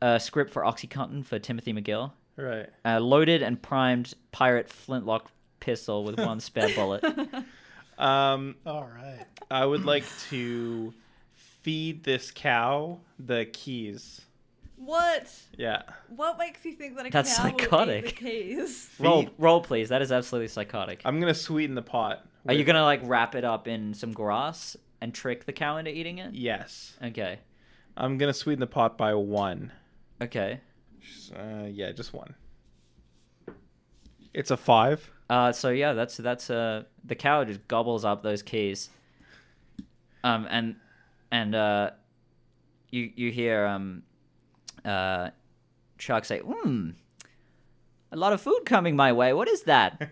Speaker 1: a script for OxyContin for Timothy McGill,
Speaker 2: Right.
Speaker 1: a loaded and primed pirate flintlock pistol with one spare bullet.
Speaker 2: Um,
Speaker 4: All right.
Speaker 2: I would like to feed this cow the keys.
Speaker 3: What?
Speaker 2: Yeah.
Speaker 3: What makes you think that a
Speaker 1: That's
Speaker 3: cow
Speaker 1: psychotic.
Speaker 3: will eat the keys?
Speaker 1: Roll,
Speaker 2: Feed-
Speaker 1: roll, please. That is absolutely psychotic.
Speaker 2: I'm gonna sweeten the pot.
Speaker 1: Are you
Speaker 2: with-
Speaker 1: gonna like wrap it up in some grass and trick the cow into eating it?
Speaker 2: Yes.
Speaker 1: Okay,
Speaker 2: I'm gonna sweeten the pot by one.
Speaker 1: okay.
Speaker 2: Uh, yeah, just one. It's a five.
Speaker 1: Uh, so yeah, that's that's uh the cow just gobbles up those keys. Um and and uh, you you hear um uh Chuck say, "Hmm, a lot of food coming my way. What is that?"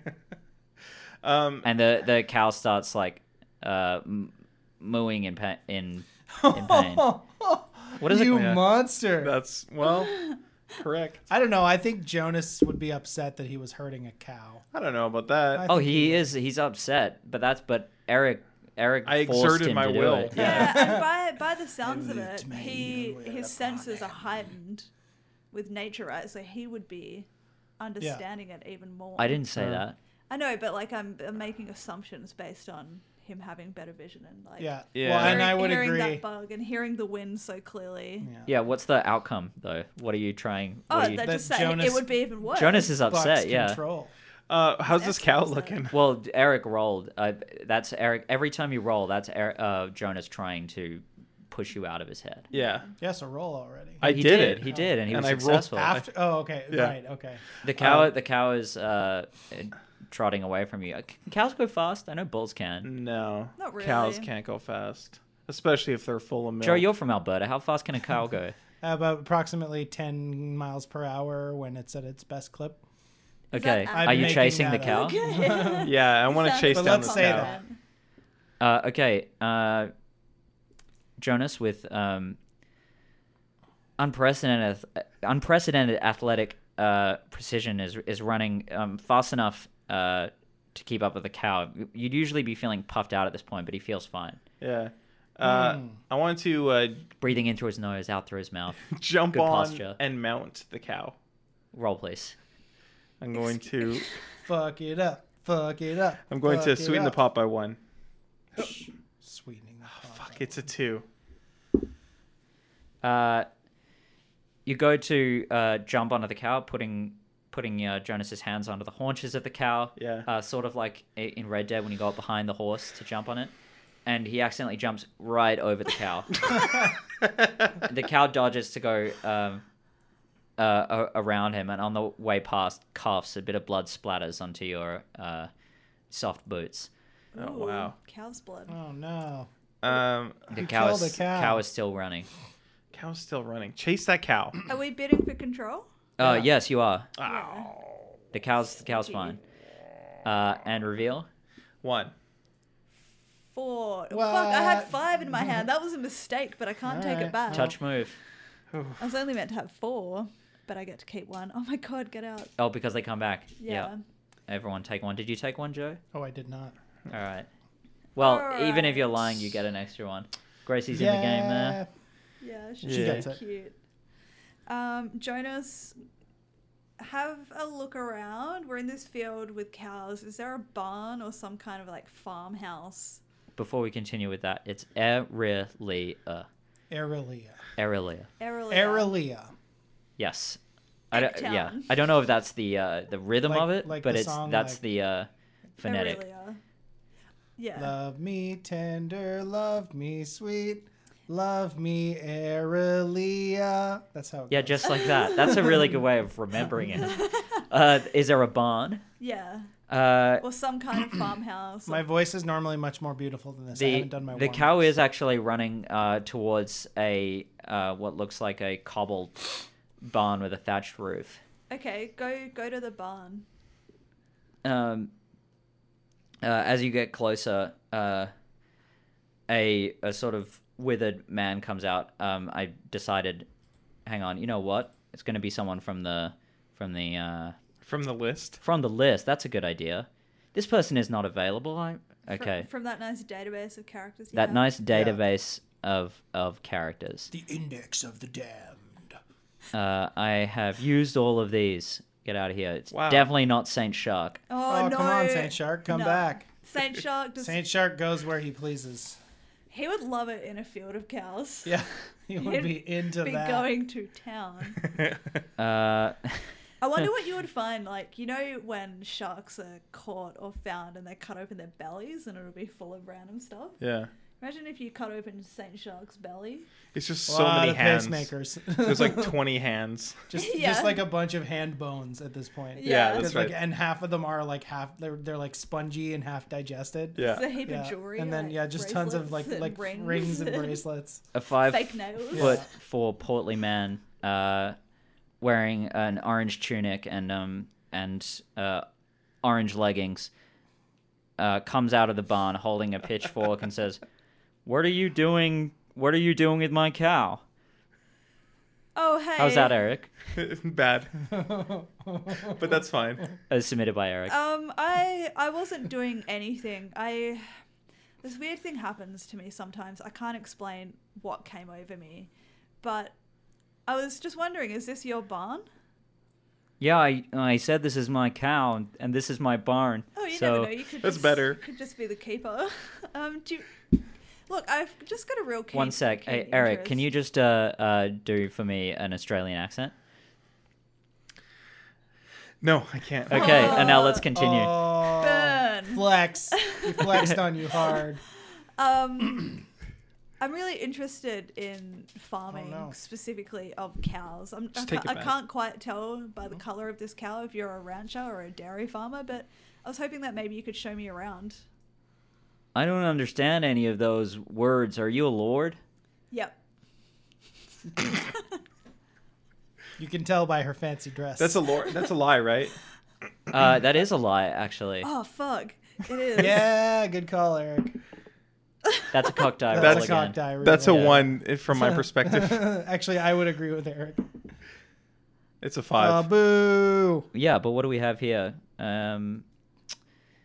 Speaker 2: Um,
Speaker 1: and the the cow starts like uh m- mooing in pa- in in pain. What is it-
Speaker 4: you
Speaker 1: Yeah.
Speaker 4: monster?
Speaker 2: that's well, correct.
Speaker 4: I don't know. I think Jonas would be upset that he was hurting a cow.
Speaker 2: I don't know about that.
Speaker 4: I
Speaker 1: oh, he is he's upset, but that's but Eric Eric
Speaker 2: I
Speaker 1: forced
Speaker 2: exerted
Speaker 1: him
Speaker 2: my
Speaker 1: to do
Speaker 2: will.
Speaker 1: it.
Speaker 2: Yeah.
Speaker 3: Yeah, and by by the sounds of
Speaker 4: Lift
Speaker 3: it,
Speaker 4: me
Speaker 3: he
Speaker 4: with
Speaker 3: his
Speaker 4: a
Speaker 3: senses are heightened with nature, right? So he would be understanding it even more.
Speaker 1: I didn't say
Speaker 2: Uh,
Speaker 1: that.
Speaker 3: I know, but like I'm, I'm making assumptions based on him having better vision and like
Speaker 4: Yeah.
Speaker 2: Yeah.
Speaker 4: Well, and
Speaker 3: hearing-
Speaker 4: I would
Speaker 3: hearing
Speaker 4: agree.
Speaker 3: that bug and hearing the wind so clearly.
Speaker 1: Yeah, what's the outcome though? What are you trying?
Speaker 3: Oh,
Speaker 1: what are you-
Speaker 3: that
Speaker 4: That
Speaker 3: just said it
Speaker 4: Jonas-
Speaker 3: would be even worse.
Speaker 1: Jonas is
Speaker 4: Bucks
Speaker 1: upset. Yeah.
Speaker 4: Control.
Speaker 2: Uh, how's this cow
Speaker 3: Excellent.
Speaker 2: looking?
Speaker 1: Well, Eric rolled. Uh, that's Eric. Every time you roll, that's Eric, uh, Jonas trying to push you out of his head.
Speaker 2: Yeah,
Speaker 4: Yes, a roll already.
Speaker 2: I
Speaker 1: he
Speaker 2: did it.
Speaker 1: He did, and he
Speaker 2: And
Speaker 1: was
Speaker 2: I rolled
Speaker 1: successful.
Speaker 4: After. Oh, okay.
Speaker 2: Yeah.
Speaker 4: Right. Okay.
Speaker 1: The cow. the cow is uh, trotting away from you. Uh, Can cows go fast? I know bulls
Speaker 2: Mm,
Speaker 1: can.
Speaker 2: No,
Speaker 3: Not
Speaker 2: Cows
Speaker 3: really.
Speaker 2: can't go fast, especially if they're full of milk.
Speaker 1: Joe, you're from Alberta. How fast can a cow go?
Speaker 4: About approximately 10 miles per hour when it's at its best clip.
Speaker 1: Okay.
Speaker 3: accurate?
Speaker 1: Are
Speaker 4: I'm
Speaker 1: you
Speaker 4: making
Speaker 1: chasing the
Speaker 4: that
Speaker 1: cow?
Speaker 4: up.
Speaker 2: yeah, I want to
Speaker 3: Sounds
Speaker 2: chase
Speaker 4: But
Speaker 2: down
Speaker 4: let's
Speaker 2: this
Speaker 4: say
Speaker 2: cow.
Speaker 4: that.
Speaker 1: Uh, okay, uh, Jonas with um, unprecedented unprecedented athletic uh, precision is is running um, fast enough uh, to keep up with the cow. You'd usually be feeling puffed out at this point, but he feels fine.
Speaker 2: Yeah. Uh,
Speaker 4: Hmm.
Speaker 2: I want to uh,
Speaker 1: Breathing in through his nose, out through his mouth.
Speaker 2: jump
Speaker 1: Good
Speaker 2: on
Speaker 1: posture.
Speaker 2: and mount the cow.
Speaker 1: Roll, please.
Speaker 2: I'm going to
Speaker 4: Fuck it up. Fuck it up.
Speaker 2: I'm going
Speaker 4: fuck
Speaker 2: to
Speaker 4: it
Speaker 2: sweeten the
Speaker 4: up.
Speaker 2: pot by one.
Speaker 4: Sweetening the pot.
Speaker 2: Fuck, it's a two.
Speaker 1: Uh, you go to uh, jump onto the cow, putting putting uh, Jonas's hands onto the haunches of the cow.
Speaker 2: Yeah.
Speaker 1: Uh, sort of like i- in Red Dead when you go up behind the horse to jump on it, and he accidentally jumps right over the cow. the cow dodges to go um, uh, a- around him, and on the way past, coughs. A bit of blood splatters onto your uh, soft boots.
Speaker 2: Oh
Speaker 3: Ooh,
Speaker 2: wow.
Speaker 3: Cow's blood.
Speaker 4: Oh, no.
Speaker 2: Um,
Speaker 1: The
Speaker 4: Who
Speaker 1: cow
Speaker 4: killed
Speaker 1: is
Speaker 4: the cow?
Speaker 1: cow is still running.
Speaker 2: cow's still running. Chase that cow.
Speaker 3: Are we bidding for control?
Speaker 1: Uh, yes, you are.
Speaker 2: Ow.
Speaker 1: The cow's the cow's fine.
Speaker 3: Stinky.
Speaker 1: Uh, and reveal.
Speaker 2: One.
Speaker 3: Four. Fuck, I had
Speaker 4: What?
Speaker 3: five in my hand. That was a mistake, but I can't take
Speaker 4: Alright.
Speaker 3: it back.
Speaker 1: Touch move.
Speaker 3: I was only meant to have four, but I get to keep one. Oh my god, get out.
Speaker 1: Oh, because they come back.
Speaker 3: Yeah.
Speaker 1: Yeah. Everyone take one. Did you take one, Joe?
Speaker 4: Oh, I did not.
Speaker 1: All right. Well, even if you're
Speaker 3: Alright.
Speaker 1: lying, you get an extra one. Gracie's in the game uh. there.
Speaker 3: Yeah,
Speaker 2: She
Speaker 3: she's
Speaker 4: gets
Speaker 3: so
Speaker 4: it.
Speaker 3: cute. Um, Jonas, have a look around. We're in this field with cows. Is there a barn or some kind of like farmhouse?
Speaker 1: Before we continue with that, it's Aurelia.
Speaker 4: Aurelia.
Speaker 1: Aurelia.
Speaker 3: Aerial.
Speaker 4: Aurelia.
Speaker 1: Yes. I don't,
Speaker 3: Uptown.
Speaker 1: yeah. I don't know if that's the uh, the rhythm of
Speaker 4: Like-
Speaker 1: it,
Speaker 4: like
Speaker 1: but
Speaker 4: the
Speaker 1: it's
Speaker 4: song,
Speaker 1: that's
Speaker 4: like-
Speaker 1: the uh, phonetic.
Speaker 3: Aurelia. Yeah.
Speaker 4: Love me tender, love me sweet, love me Aurelia. That's how. It
Speaker 1: Yeah,
Speaker 4: goes.
Speaker 1: just like that. That's a really good way of remembering it. Uh, is there a barn?
Speaker 3: Yeah.
Speaker 1: Uh,
Speaker 3: Or some kind of farmhouse.
Speaker 4: My voice is normally much more beautiful than this. I
Speaker 1: the,
Speaker 4: haven't done my.
Speaker 1: the
Speaker 4: warm-up.
Speaker 1: cow is actually running uh, towards a uh, what looks like a cobbled barn with a thatched roof.
Speaker 3: okay, go go to the barn.
Speaker 1: Um, uh, as you get closer, uh, a a sort of withered man comes out. Um, I decided, hang on, you know what? It's going to be someone from the from the uh,
Speaker 2: From the list.
Speaker 1: from the list. That's a good idea. This person is not available. I
Speaker 3: Fr-
Speaker 1: okay.
Speaker 3: From, that nice database of characters. you
Speaker 1: that
Speaker 3: have.
Speaker 1: nice database of of characters.
Speaker 4: The index of the damned.
Speaker 1: Uh, I have used all of these. Get out of here. It's
Speaker 2: Wow.
Speaker 1: definitely not Saint Shark.
Speaker 3: Oh,
Speaker 4: Oh,
Speaker 3: no.
Speaker 4: come on, Saint Shark, come
Speaker 3: No.
Speaker 4: back.
Speaker 3: Saint Shark does.
Speaker 4: Saint Shark goes where he pleases.
Speaker 3: He would love it in a field of cows.
Speaker 4: Yeah, he
Speaker 3: He'd
Speaker 4: would be into
Speaker 3: Be
Speaker 4: that.
Speaker 3: going to town.
Speaker 1: Uh,
Speaker 3: I wonder what you would find, like, you know, when sharks are caught or found and they cut open their bellies and it'll be full of random stuff?
Speaker 2: Yeah.
Speaker 3: Imagine if you cut open Saint Shark's belly.
Speaker 2: It's just
Speaker 4: A
Speaker 2: so
Speaker 4: lot
Speaker 2: many
Speaker 4: of
Speaker 2: hands.
Speaker 4: pacemakers.
Speaker 2: There's like 20 hands.
Speaker 4: just
Speaker 3: Yeah.
Speaker 4: just like a bunch of hand bones at this point.
Speaker 2: Yeah,
Speaker 3: Yeah.
Speaker 2: that's
Speaker 4: 'Cause,
Speaker 2: right.
Speaker 4: like, and half of them are like half they're they're like spongy and half digested.
Speaker 3: It's a
Speaker 2: yeah.
Speaker 3: heap
Speaker 4: Yeah.
Speaker 3: of jewelry.
Speaker 4: and then
Speaker 3: like
Speaker 4: yeah, just tons of like
Speaker 3: bracelets and
Speaker 4: like rings, and bracelets.
Speaker 1: A five
Speaker 3: Fake nails.
Speaker 1: foot
Speaker 4: Yeah.
Speaker 1: four portly man, uh, wearing an orange tunic and um and uh, orange leggings, uh, comes out of the barn holding a pitchfork and says, "What are you doing? What are you doing with my cow?"
Speaker 3: Oh hey.
Speaker 1: How's that, Eric?
Speaker 2: Bad. But that's fine.
Speaker 1: As submitted by Eric.
Speaker 3: Um, I I wasn't doing anything. I this weird thing happens to me sometimes. I can't explain what came over me, but I was just wondering: is this your barn?
Speaker 1: yeah, I, I said this is my cow and, and this is my barn.
Speaker 3: Oh, you
Speaker 1: so
Speaker 3: never know. You could
Speaker 2: That's
Speaker 3: just,
Speaker 2: better.
Speaker 3: you Could just be the keeper. um, do you, look, I've just got a real keen,
Speaker 1: one sec,
Speaker 3: keen
Speaker 1: hey, Eric, can you
Speaker 3: interest.
Speaker 1: just uh, uh, do for me an Australian accent?
Speaker 2: No, I can't.
Speaker 1: Okay, and now
Speaker 3: Uh,
Speaker 1: let's continue.
Speaker 4: Oh,
Speaker 3: Burn.
Speaker 4: Flex. He flexed on you hard.
Speaker 3: Um, I'm really interested in farming,
Speaker 4: no.
Speaker 3: specifically of cows. I'm, I,
Speaker 2: Just take
Speaker 3: ca-
Speaker 2: it
Speaker 3: I
Speaker 2: back.
Speaker 3: can't quite tell by the color of this cow if you're a rancher or a dairy farmer, but I was hoping that maybe you could show me around.
Speaker 1: I don't understand any of those words. Are you a lord?
Speaker 3: Yep.
Speaker 4: You can tell by her fancy dress.
Speaker 2: That's a lore, that's a lie, right?
Speaker 1: Uh, that is a lie, actually.
Speaker 3: Oh fuck! It is.
Speaker 4: yeah, good call, Eric.
Speaker 1: That's a cock die
Speaker 4: That's
Speaker 1: roll
Speaker 4: a
Speaker 1: again.
Speaker 4: cock die. Really.
Speaker 2: That's a
Speaker 1: Yeah.
Speaker 2: one eh, from my perspective.
Speaker 4: Actually, I would agree with Eric.
Speaker 2: It's a
Speaker 4: Uh,
Speaker 2: five.
Speaker 4: boo.
Speaker 1: Yeah, but what do we have here? Um,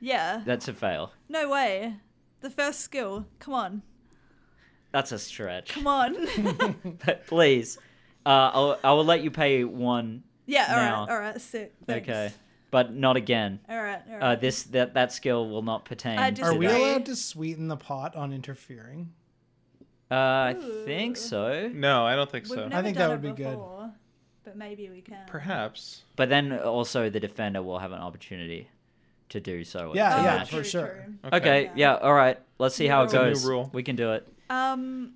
Speaker 3: Yeah.
Speaker 1: that's a fail.
Speaker 3: No way. The first skill. Come on.
Speaker 1: That's a stretch.
Speaker 3: Come on.
Speaker 1: But please, uh, I'll, I will let you pay one.
Speaker 3: yeah. All right.
Speaker 1: Now.
Speaker 3: All right. Sick. Thanks.
Speaker 1: Okay, but not again.
Speaker 3: All right. All right.
Speaker 1: Uh, this that that skill will not pertain.
Speaker 3: I
Speaker 1: to
Speaker 4: Are
Speaker 3: disagree.
Speaker 4: we
Speaker 1: that.
Speaker 4: allowed to sweeten the pot on interfering?
Speaker 1: Uh, I think so.
Speaker 2: No, I don't think
Speaker 3: We've
Speaker 2: so.
Speaker 3: never
Speaker 4: I think that
Speaker 3: done
Speaker 4: would
Speaker 3: it
Speaker 4: be good.
Speaker 3: before, But maybe we can.
Speaker 2: Perhaps.
Speaker 1: But then also the defender will have an opportunity to do so. at
Speaker 4: Yeah,
Speaker 1: the
Speaker 3: Oh,
Speaker 4: yeah,
Speaker 1: match.
Speaker 4: for
Speaker 3: true,
Speaker 4: sure.
Speaker 3: true.
Speaker 1: Okay. yeah.
Speaker 3: Yeah.
Speaker 1: All right. Let's see how it
Speaker 2: It's a new
Speaker 1: goes.
Speaker 2: rule.
Speaker 1: We can do it.
Speaker 3: Um.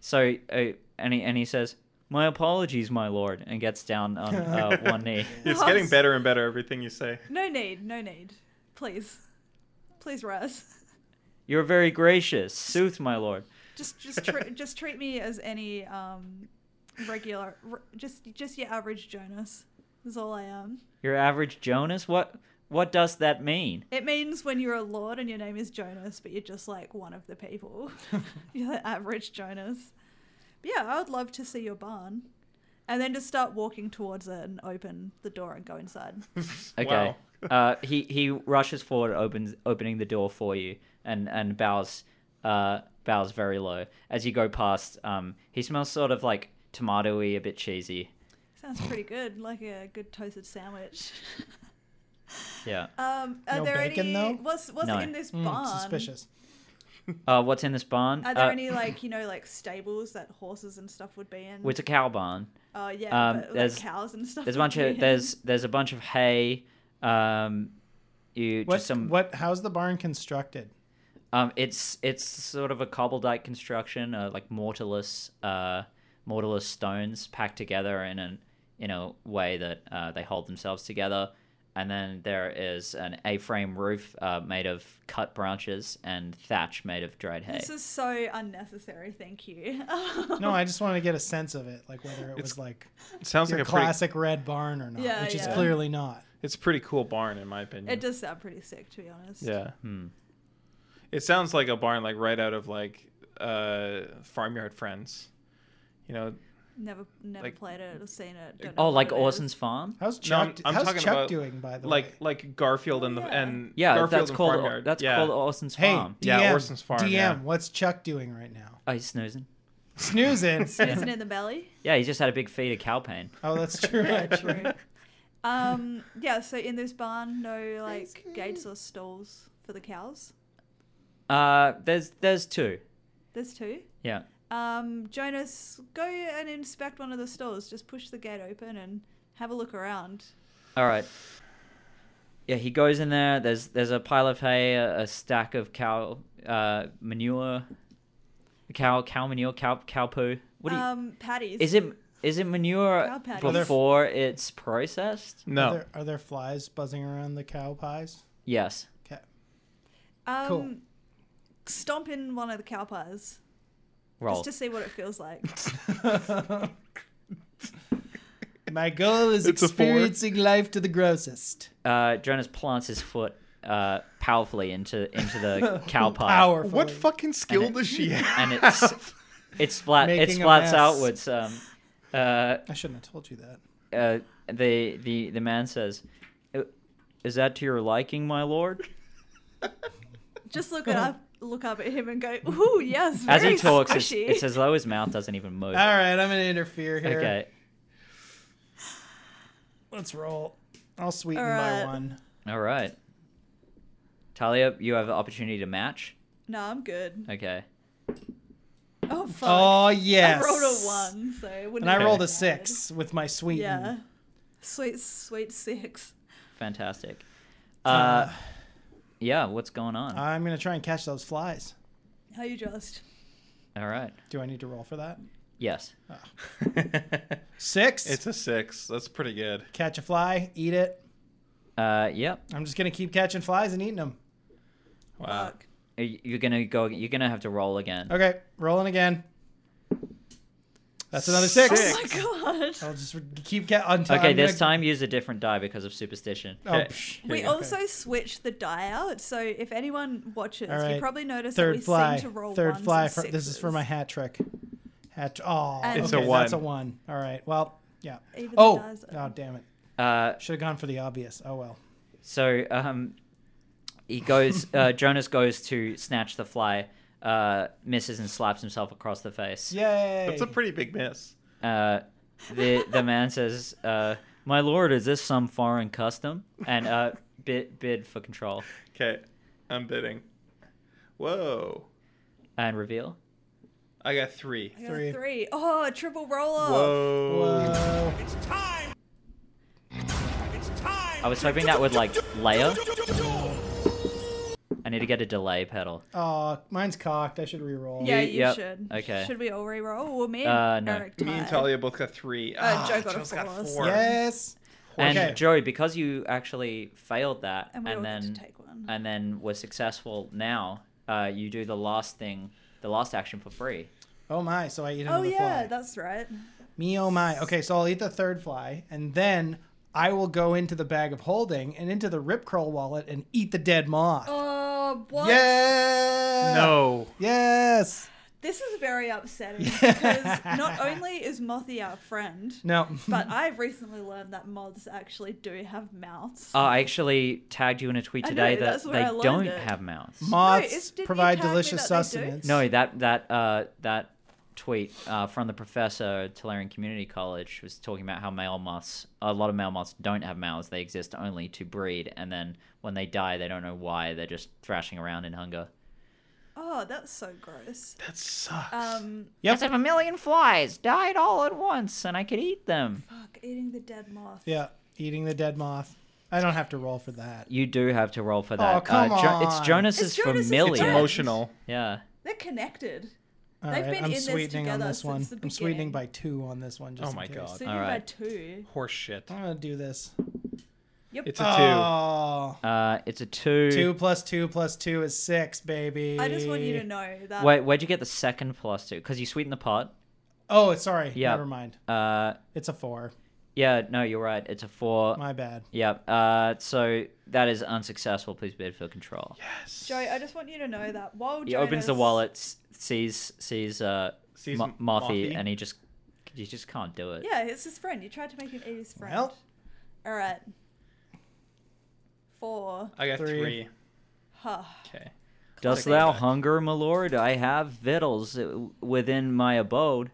Speaker 1: So, uh, and he and he says, "My apologies, my lord," and gets down on uh, one knee.
Speaker 2: It's
Speaker 3: Perhaps.
Speaker 2: getting better and better everything you say.
Speaker 3: No need, no need. Please. Please, Russ.
Speaker 1: You're very gracious. Sooth, my lord.
Speaker 3: Just just tr- just treat me as any um regular r- just just your average Jonas. Is all I am.
Speaker 1: Your average Jonas. What what does that mean?
Speaker 3: It means when you're a lord and your name is Jonas, but you're just like one of the people. you're the average Jonas. But yeah, I would love to see your barn. And then just start walking towards it and open the door and go inside.
Speaker 1: Okay.
Speaker 2: Wow.
Speaker 1: uh, he he rushes forward, opens opening the door for you, and and bows uh, bows very low as you go past. Um, he smells sort of like tomatoey, a bit cheesy.
Speaker 3: Sounds pretty good, like a good toasted sandwich.
Speaker 1: Yeah.
Speaker 3: Um, are
Speaker 4: No
Speaker 3: there
Speaker 4: bacon,
Speaker 3: any?
Speaker 4: though?
Speaker 3: What's what's
Speaker 1: No.
Speaker 3: in this
Speaker 4: Mm,
Speaker 3: barn?
Speaker 4: suspicious.
Speaker 1: Uh, what's in this barn?
Speaker 3: Are there
Speaker 1: Uh,
Speaker 3: any like you know like stables that horses and stuff would be in?
Speaker 1: well, it's a cow barn.
Speaker 3: oh yeah,
Speaker 1: um,
Speaker 3: but, like,
Speaker 1: there's-
Speaker 3: cows and stuff.
Speaker 1: There's a
Speaker 3: would
Speaker 1: bunch
Speaker 3: be
Speaker 1: of
Speaker 3: in.
Speaker 1: there's there's a bunch of hay. Um, you
Speaker 4: What?
Speaker 1: just some
Speaker 4: What? How's the barn constructed?
Speaker 1: um. It's it's sort of a cobble dike construction, uh, like mortarless uh mortarless stones packed together in an in a way that uh, they hold themselves together. And then there is an A-frame roof uh, made of cut branches and thatch made of dried hay.
Speaker 3: This is so unnecessary. Thank you.
Speaker 4: No, I just want to get a sense of it, like whether it was like
Speaker 2: It sounds
Speaker 4: your
Speaker 2: like a pretty,
Speaker 4: classic red barn or not,
Speaker 3: Yeah,
Speaker 4: which is
Speaker 3: yeah.
Speaker 4: clearly not.
Speaker 2: it's a pretty cool barn in my opinion.
Speaker 3: it does sound pretty sick, to be honest.
Speaker 2: Yeah.
Speaker 1: Hmm.
Speaker 2: It sounds like a barn like right out of like uh farmyard friends. You know,
Speaker 3: Never never
Speaker 2: Like-
Speaker 3: played it or seen it. don't know
Speaker 1: oh,
Speaker 3: what
Speaker 1: like
Speaker 3: it is.
Speaker 1: Orson's farm.
Speaker 4: How's
Speaker 2: No, I'm-
Speaker 4: Chuck?
Speaker 2: I'm
Speaker 4: how's
Speaker 2: talking
Speaker 4: Chuck
Speaker 2: about,
Speaker 4: doing by the way?
Speaker 2: like like Garfield and the
Speaker 3: yeah.
Speaker 2: and
Speaker 1: Yeah,
Speaker 2: Garfield
Speaker 1: that's
Speaker 2: and
Speaker 1: called
Speaker 2: farmyard.
Speaker 1: that's
Speaker 2: yeah.
Speaker 1: called Orson's
Speaker 4: Hey,
Speaker 1: farm.
Speaker 4: DM,
Speaker 2: Yeah, Orson's farm,
Speaker 4: DM,
Speaker 2: yeah.
Speaker 4: what's Chuck doing right now?
Speaker 1: Oh, he's snoozing.
Speaker 4: Snoozing.
Speaker 3: Isn't it in the belly?
Speaker 1: Yeah, he just had a big feed of cow pain.
Speaker 4: oh, that's true.
Speaker 3: Yeah,
Speaker 4: Actually.
Speaker 3: true. um, yeah. So in this barn, no like gates or stalls for the cows.
Speaker 1: Uh, there's there's two.
Speaker 3: There's two.
Speaker 1: Yeah.
Speaker 3: Um, Jonas, go and inspect one of the stores. Just push the gate open and have a look around.
Speaker 1: All right. Yeah, he goes in there. There's there's a pile of hay, a, a stack of cow uh, manure, cow cow manure cow cow poo. What do you,
Speaker 3: um, patties.
Speaker 1: is it? Is it manure
Speaker 3: Cow patties. Well,
Speaker 4: they're-
Speaker 1: before it's processed?
Speaker 4: Are,
Speaker 2: No.
Speaker 4: there, are there flies buzzing around the cow pies?
Speaker 1: Yes.
Speaker 4: Okay.
Speaker 3: Um,
Speaker 4: cool.
Speaker 3: Stomp in one of the cow pies
Speaker 1: Roll.
Speaker 3: just to see what it feels like.
Speaker 4: My goal is
Speaker 2: It's a four.
Speaker 4: experiencing life to the grossest.
Speaker 1: Uh, Jonas plants his foot uh, powerfully into into the cow pie.
Speaker 4: Powerful.
Speaker 2: What fucking skill does she have?
Speaker 1: and it's it splat it
Speaker 4: Making a
Speaker 1: splats
Speaker 4: mess.
Speaker 1: outwards. Um, uh,
Speaker 4: I shouldn't have told you that.
Speaker 1: uh, the the the man says, "Uh, "Is that to your liking, my lord?"
Speaker 3: Just look it up, look up at him, and go, "Ooh, yes."
Speaker 1: As
Speaker 3: very
Speaker 1: he talks, it's,
Speaker 3: squishy."
Speaker 1: it's as though his mouth doesn't even move.
Speaker 4: All right, I'm gonna interfere here.
Speaker 1: Okay,
Speaker 4: Let's roll. I'll sweeten
Speaker 3: All right.
Speaker 4: by one.
Speaker 1: all right. Talia, you have an opportunity to match.
Speaker 3: no, I'm good.
Speaker 1: Okay,
Speaker 3: Oh fuck!
Speaker 4: Oh
Speaker 3: I
Speaker 4: yes.
Speaker 3: rolled a one, so it wouldn't
Speaker 4: And I
Speaker 1: Okay.
Speaker 3: have
Speaker 4: rolled a
Speaker 3: been bad.
Speaker 4: six with my sweeten.
Speaker 3: Yeah, sweet, sweet six.
Speaker 1: fantastic. Uh, yeah, what's going on?
Speaker 4: I'm gonna try and catch those flies.
Speaker 3: How you dressed?
Speaker 1: all right.
Speaker 4: Do I need to roll for that?
Speaker 1: Yes.
Speaker 4: Six.
Speaker 2: It's a six. That's pretty good.
Speaker 4: catch a fly, eat it.
Speaker 1: Uh, yep.
Speaker 4: I'm just gonna keep catching flies and eating them.
Speaker 2: Wow.
Speaker 3: Fuck.
Speaker 1: Y- You're gonna go. You're gonna have to roll again.
Speaker 4: Okay, rolling again. That's another six.
Speaker 2: Six.
Speaker 3: Oh my god.
Speaker 4: I'll just re- keep get until
Speaker 1: Okay,
Speaker 4: I'm
Speaker 1: this
Speaker 4: gonna-
Speaker 1: time use a different die because of superstition.
Speaker 4: Oh,
Speaker 2: Okay.
Speaker 4: psh.
Speaker 3: We
Speaker 2: Okay.
Speaker 3: also switched the die out, so if anyone watches,
Speaker 4: All
Speaker 3: you
Speaker 4: right.
Speaker 3: probably noticed that we
Speaker 4: Third fly.
Speaker 3: seem to roll
Speaker 4: Third
Speaker 3: ones
Speaker 4: fly.
Speaker 3: and
Speaker 4: For, this is for my
Speaker 3: sixes.
Speaker 4: hat trick. Hat. Oh,
Speaker 3: And- It's
Speaker 2: a
Speaker 4: okay, That's a
Speaker 2: one.
Speaker 4: one. All right. Well, yeah.
Speaker 3: Even the
Speaker 4: oh,
Speaker 3: dice are-
Speaker 4: oh, damn it.
Speaker 1: Uh,
Speaker 4: Should have gone for the obvious. Oh well.
Speaker 1: So um, he goes. Uh, Jonas goes to snatch the fly, uh, misses and slaps himself across the face.
Speaker 4: Yay.
Speaker 2: That's a pretty big miss.
Speaker 1: Uh, the the man says, uh, "My lord, is this some foreign custom?" And uh, bid bid for control
Speaker 2: Okay. I'm bidding. Whoa.
Speaker 1: and reveal.
Speaker 2: I got three.
Speaker 3: I got a
Speaker 4: Three.
Speaker 3: three. Oh, a triple roll off.
Speaker 1: Oh.
Speaker 2: Whoa.
Speaker 4: Whoa.
Speaker 5: It's time. It's time.
Speaker 1: I was hoping that would like layer. I need to get a delay pedal.
Speaker 4: Oh, mine's cocked. I should re-roll.
Speaker 3: Yeah,
Speaker 1: You-
Speaker 3: you,
Speaker 1: yep.
Speaker 3: should.
Speaker 1: Okay.
Speaker 3: Should we all re-roll? Well, me and
Speaker 1: Uh, no.
Speaker 3: Eric
Speaker 2: Me and
Speaker 3: tied.
Speaker 2: Talia both got three. Ah,
Speaker 3: Uh, Joe got a
Speaker 2: Joe's
Speaker 3: four, so-
Speaker 4: Yes. Okay.
Speaker 1: And Joey, because you actually failed that, and,
Speaker 3: And we all get
Speaker 1: then
Speaker 3: to take one.
Speaker 1: and then were successful now, uh, you do the last thing, the last action for free.
Speaker 4: Oh my. So I eat another
Speaker 3: Oh yeah,
Speaker 4: fly.
Speaker 3: that's right.
Speaker 4: Me oh my. Okay, so I'll eat the third fly, and then I will go into the bag of holding and into the rip curl wallet and eat the dead moth.
Speaker 3: Oh, what?
Speaker 4: yeah.
Speaker 2: No.
Speaker 4: Yes.
Speaker 3: This is very upsetting because not only is Mothy our friend,
Speaker 4: No.
Speaker 3: but I've recently learned that moths actually do have mouths.
Speaker 1: Oh, I actually tagged you in a tweet
Speaker 3: I
Speaker 1: today
Speaker 3: know,
Speaker 1: that
Speaker 3: that's where I
Speaker 1: they
Speaker 3: learned
Speaker 1: don't
Speaker 3: it.
Speaker 1: have mouths.
Speaker 3: it's-
Speaker 4: Moths
Speaker 3: didn't you
Speaker 4: provide
Speaker 3: tag me
Speaker 4: delicious
Speaker 3: that they do?
Speaker 4: sustenance.
Speaker 1: no, that that uh, that tweet uh, from the professor at Tulare Community College was talking about how male moths, a lot of male moths don't have mouths. They exist only to breed, and then when they die, they don't know why. They're just thrashing around in hunger.
Speaker 3: oh, that's so gross.
Speaker 2: That sucks.
Speaker 3: Um,
Speaker 4: Yep.
Speaker 1: a million flies died all at once, and I could eat them.
Speaker 3: fuck, eating the dead moth.
Speaker 4: Yeah, eating the dead moth. I don't have to roll for that.
Speaker 1: You do have to roll for that.
Speaker 4: Oh, come
Speaker 1: uh, Jo-
Speaker 4: on.
Speaker 1: It's Jonas's
Speaker 3: It's Jonas's
Speaker 1: familiar.
Speaker 2: it's
Speaker 3: yeah.
Speaker 2: emotional.
Speaker 1: Yeah.
Speaker 3: They're connected.
Speaker 4: All
Speaker 3: They've
Speaker 4: right,
Speaker 3: been
Speaker 4: I'm
Speaker 3: in this
Speaker 4: sweetening on
Speaker 3: together
Speaker 4: this one.
Speaker 3: since the
Speaker 4: I'm sweetening
Speaker 3: beginning.
Speaker 4: by two on this one. Just
Speaker 2: Oh
Speaker 4: in
Speaker 2: my
Speaker 4: case.
Speaker 2: God.
Speaker 3: So
Speaker 1: All
Speaker 3: you
Speaker 1: right.
Speaker 3: by two.
Speaker 2: Horse shit.
Speaker 4: I'm gonna do this.
Speaker 3: Yep.
Speaker 2: It's a two.
Speaker 4: Oh,
Speaker 1: Uh, it's a two.
Speaker 4: two plus two plus two is six, baby.
Speaker 3: I just want you to know that.
Speaker 1: Wait, where'd you get the second plus two? Because you sweeten the pot.
Speaker 4: Oh, sorry.
Speaker 1: Yeah.
Speaker 4: Never mind.
Speaker 1: Uh,
Speaker 4: It's a four.
Speaker 1: yeah, no, you're right. It's a four.
Speaker 4: My bad.
Speaker 1: Yeah. Uh, so that is unsuccessful. Please bid for control.
Speaker 3: Joey, I just want you to know that while
Speaker 1: He opens the
Speaker 3: Jonas-
Speaker 1: wallet, s- sees sees uh
Speaker 2: Sees
Speaker 1: Ma-
Speaker 2: M-
Speaker 1: Marthy,
Speaker 2: Marthy.
Speaker 1: and he just you just can't do it.
Speaker 3: Yeah, it's his friend. You tried to make him eat his friend.
Speaker 4: Well.
Speaker 3: All right. Four.
Speaker 2: I got
Speaker 4: Three.
Speaker 2: three.
Speaker 3: Huh.
Speaker 2: Okay.
Speaker 1: Dost
Speaker 2: I'll take
Speaker 1: thou
Speaker 2: that.
Speaker 1: hunger, my lord? I have victuals uh, within my abode.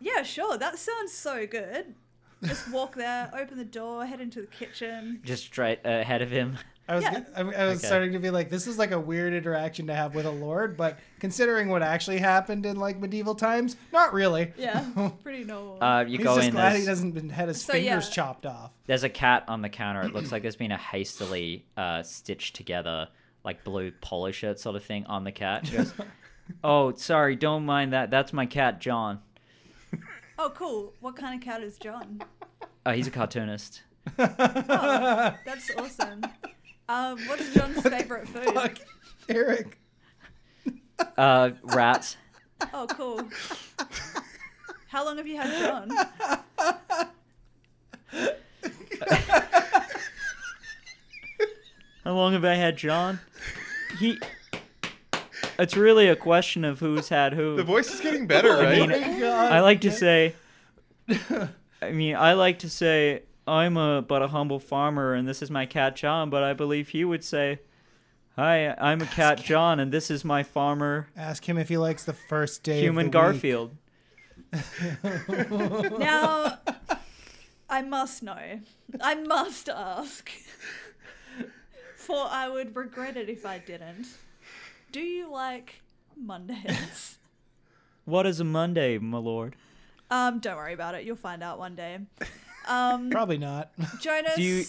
Speaker 3: Yeah, sure. That sounds so good. Just walk there, open the door, head into the kitchen.
Speaker 1: Just straight uh, ahead of him.
Speaker 4: I was
Speaker 3: Yeah.
Speaker 4: I, I was
Speaker 1: Okay.
Speaker 4: starting to be like, this is like a weird interaction to have with a lord, but considering what actually happened in like medieval times, not really.
Speaker 3: Yeah, pretty normal.
Speaker 1: Uh, you
Speaker 4: He's
Speaker 1: go
Speaker 4: just
Speaker 1: in.
Speaker 4: glad he
Speaker 1: There's,
Speaker 4: doesn't been had his
Speaker 3: So,
Speaker 4: fingers
Speaker 3: yeah.
Speaker 4: chopped off.
Speaker 1: there's a cat on the counter. It looks like there's been a hastily uh, stitched together like blue polish it sort of thing on the cat. She goes, Oh, sorry, don't mind that. That's my cat, John.
Speaker 3: Oh, cool. What kind of cat is John?
Speaker 1: Uh, he's a cartoonist.
Speaker 3: Oh, that's awesome. Um, what's John's favorite food?
Speaker 4: Fuck, Eric.
Speaker 1: Uh, rats.
Speaker 3: Oh, cool. How long have you had John?
Speaker 1: How long have I had John? He. It's really a question of who's had who.
Speaker 6: The voice is getting better,
Speaker 4: Oh
Speaker 6: right?
Speaker 1: mean, I like to say. I mean, I like to say I'm a but a humble farmer, and this is my cat John. But I believe he would say, "Hi, I'm a cat John, and this is my farmer
Speaker 4: Ask him if he likes the first day. of
Speaker 1: human
Speaker 4: the week.
Speaker 1: Garfield."
Speaker 3: Now, I must know. I must ask. For I would regret it if I didn't. Do you like Mondays?
Speaker 1: What is a Monday, my lord?
Speaker 3: Um, don't worry about it. You'll find out one day. Um,
Speaker 4: Probably not. Oh,
Speaker 3: Jonas.
Speaker 1: Do you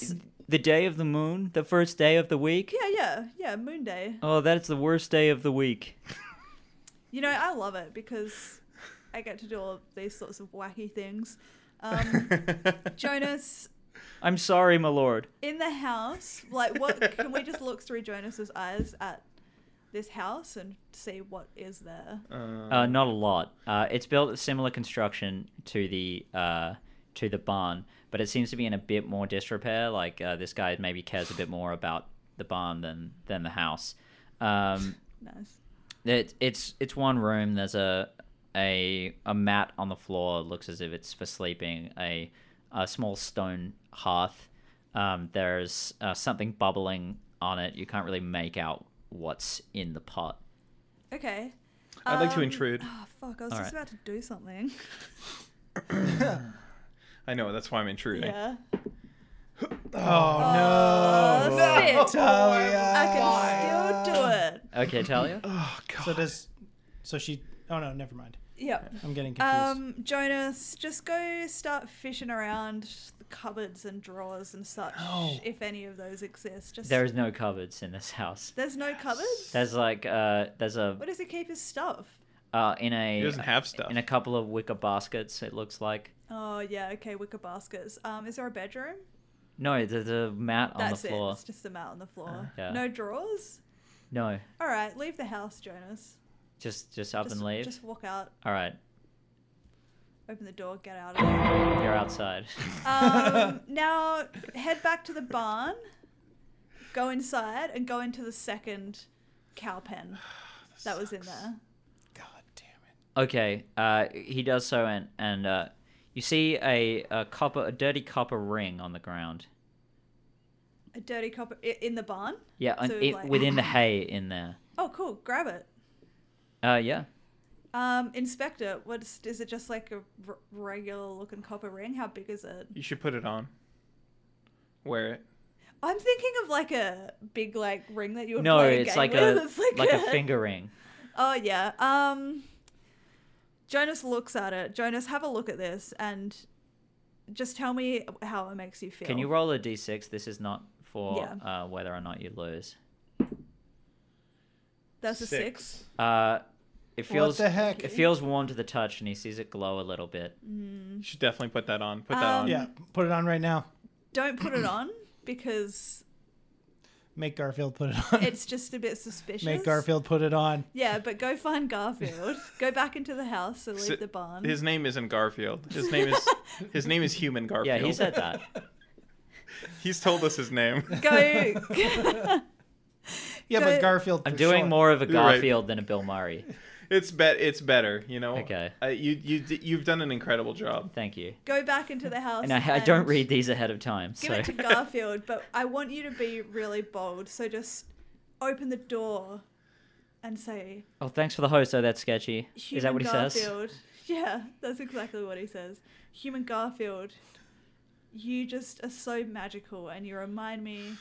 Speaker 1: the day of the moon, the first day of the week?
Speaker 3: Yeah, yeah, yeah. Moon Day.
Speaker 1: Oh, that's the worst day of the week.
Speaker 3: You know, I love it because I get to do all of these sorts of wacky things. Um, Jonas
Speaker 1: I'm sorry, my lord.
Speaker 3: in the house. Like, what? Can we just look through Jonas's eyes at this house and see what is there?
Speaker 1: Uh, not a lot. Uh, it's built a similar construction to the uh, to the barn, but it seems to be in a bit more disrepair. Like uh, this guy maybe cares a bit more about the barn than than the house. Um,
Speaker 3: Nice.
Speaker 1: it, it's it's one room. There's a a a mat on the floor. Looks as if it's for sleeping. A a small stone hearth. Um, there's uh, something bubbling on it. You can't really make out what's in the pot.
Speaker 3: Okay.
Speaker 2: I'd like to
Speaker 3: Um,
Speaker 2: intrude.
Speaker 3: Oh fuck! I was
Speaker 1: All
Speaker 3: just
Speaker 1: right.
Speaker 3: about to do something.
Speaker 2: I know that's why I'm intruding.
Speaker 3: Yeah.
Speaker 4: Oh
Speaker 3: Oh,
Speaker 4: no.
Speaker 3: shit. I
Speaker 4: Talia.
Speaker 3: can still do it.
Speaker 1: Okay, Talia.
Speaker 2: Oh god.
Speaker 4: So does so she? Oh no, never mind.
Speaker 3: Yep.
Speaker 4: I'm getting confused.
Speaker 3: Um, Jonas, just go start fishing around the cupboards and drawers and such, if any of those exist. Just
Speaker 1: There is no cupboards in this house.
Speaker 3: there's no cupboards.
Speaker 1: There's like uh, there's a
Speaker 3: Where does he keep his stuff?
Speaker 1: uh, in a
Speaker 2: he doesn't have stuff.
Speaker 1: in a couple of wicker baskets. It looks like
Speaker 3: Oh yeah, okay, wicker baskets. Um, is there a bedroom?
Speaker 1: no, there's a mat on
Speaker 3: That's
Speaker 1: the floor. Uh,
Speaker 3: it. It's just a mat on the floor.
Speaker 1: Yeah.
Speaker 3: No drawers.
Speaker 1: No,
Speaker 3: All right, leave the house, Jonas.
Speaker 1: just just up
Speaker 3: Just,
Speaker 1: and leave.
Speaker 3: just walk out,
Speaker 1: All right,
Speaker 3: open the door, get out of there.
Speaker 1: you're outside.
Speaker 3: Um, now head back to the barn, go inside, and go into the second cow pen that was in there.
Speaker 4: God damn
Speaker 1: Okay, uh, he does so, and and uh, you see a, a copper, a dirty copper ring on the ground.
Speaker 3: A dirty copper i- in the barn.
Speaker 1: Yeah, and
Speaker 3: So,
Speaker 1: it,
Speaker 3: like-
Speaker 1: within the hay in there.
Speaker 3: Oh, cool. Grab it.
Speaker 1: Uh, yeah,
Speaker 3: Um, inspect it. What's is it? Just like a r- regular looking copper ring? How big is it?
Speaker 2: you should put it on. Wear it.
Speaker 3: I'm thinking of like a big like ring that you would
Speaker 1: no,
Speaker 3: play a
Speaker 1: it's
Speaker 3: game
Speaker 1: like
Speaker 3: with.
Speaker 1: a
Speaker 3: It's
Speaker 1: like a finger ring.
Speaker 3: Oh yeah. Um, Jonas looks at it. Jonas, have a look at this and just tell me how it makes you feel.
Speaker 1: Can you roll a d6? This is not for
Speaker 3: Yeah.
Speaker 1: uh, whether or not you lose.
Speaker 3: That's a six.
Speaker 1: Uh, it
Speaker 4: it! What
Speaker 1: feels
Speaker 4: the heck?
Speaker 1: it feels warm to the touch, and he sees it glow a little bit.
Speaker 2: You should definitely put that on. Put that
Speaker 3: Um,
Speaker 2: on.
Speaker 4: yeah, put it on right now.
Speaker 3: Don't put it on because
Speaker 4: Make Garfield put it on.
Speaker 3: it's just a bit suspicious.
Speaker 4: Make Garfield put it on.
Speaker 3: Yeah, but go find Garfield. go back into the house and leave
Speaker 2: So-
Speaker 3: the barn.
Speaker 2: His name isn't Garfield. His name is his name is Human
Speaker 1: Yeah,
Speaker 2: Garfield.
Speaker 1: he said that.
Speaker 2: he's told us his name.
Speaker 3: Go.
Speaker 4: Yeah,
Speaker 3: Go-
Speaker 4: but Garfield.
Speaker 1: I'm
Speaker 4: for
Speaker 1: doing
Speaker 4: sure.
Speaker 1: more of a
Speaker 2: You're right.
Speaker 1: Garfield than a Bill Murray.
Speaker 2: It's bet it's better, you know.
Speaker 1: Okay.
Speaker 2: Uh, you you d- you've done an incredible job.
Speaker 1: Thank you.
Speaker 3: go back into the house.
Speaker 1: And I, I don't
Speaker 3: and-
Speaker 1: read these ahead of time,
Speaker 3: Give
Speaker 1: so
Speaker 3: it to Garfield, but I want you to be really bold. So just open the door and say,
Speaker 1: Oh, thanks for the host. Oh, that's sketchy.
Speaker 3: Human
Speaker 1: Is that what he says?
Speaker 3: Garfield. Yeah, that's exactly what he says. Human Garfield, you just are so magical and you remind me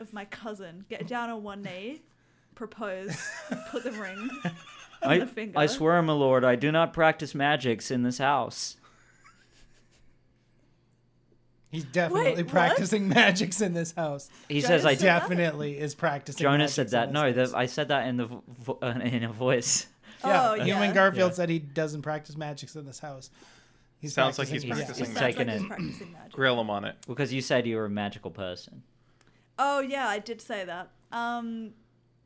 Speaker 3: of my cousin. Get down on one knee, propose, put the ring.
Speaker 1: I,
Speaker 3: the finger.
Speaker 1: I swear, my lord, I do not practice magics in this house.
Speaker 4: He's definitely
Speaker 3: Wait, what?
Speaker 4: practicing magics in this house.
Speaker 1: He
Speaker 3: Jonas
Speaker 1: says, "I
Speaker 3: said
Speaker 1: do."
Speaker 3: that?
Speaker 4: Definitely is practicing.
Speaker 1: Jonas said
Speaker 4: magics
Speaker 1: that.
Speaker 4: in this
Speaker 1: No,
Speaker 4: house.
Speaker 1: the, I said that in the vo- vo- uh, in a voice.
Speaker 4: Yeah,
Speaker 3: Oh,
Speaker 4: Newman
Speaker 3: yeah.
Speaker 4: Garfield
Speaker 2: Yeah.
Speaker 4: said he doesn't practice magics in this house. He
Speaker 2: Sounds like he's
Speaker 1: He's-
Speaker 2: practicing
Speaker 1: he's
Speaker 2: magic.
Speaker 3: Sounds
Speaker 1: taking
Speaker 3: like he's
Speaker 1: it.
Speaker 3: practicing magic.
Speaker 2: Grill him on it.
Speaker 1: Because you said you were a magical person.
Speaker 3: Oh yeah, I did say that. Um,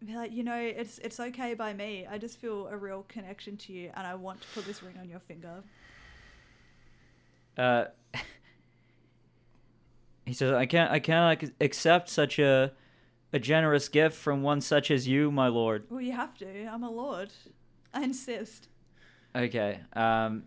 Speaker 3: be like you know, it's it's okay by me. I just feel a real connection to you, and I want to put this ring on your finger.
Speaker 1: Uh, he says, "I can't, I cannot ac- accept such a a generous gift from one such as you, my lord."
Speaker 3: Well, you have to. I'm a lord. I insist.
Speaker 1: Okay. Um,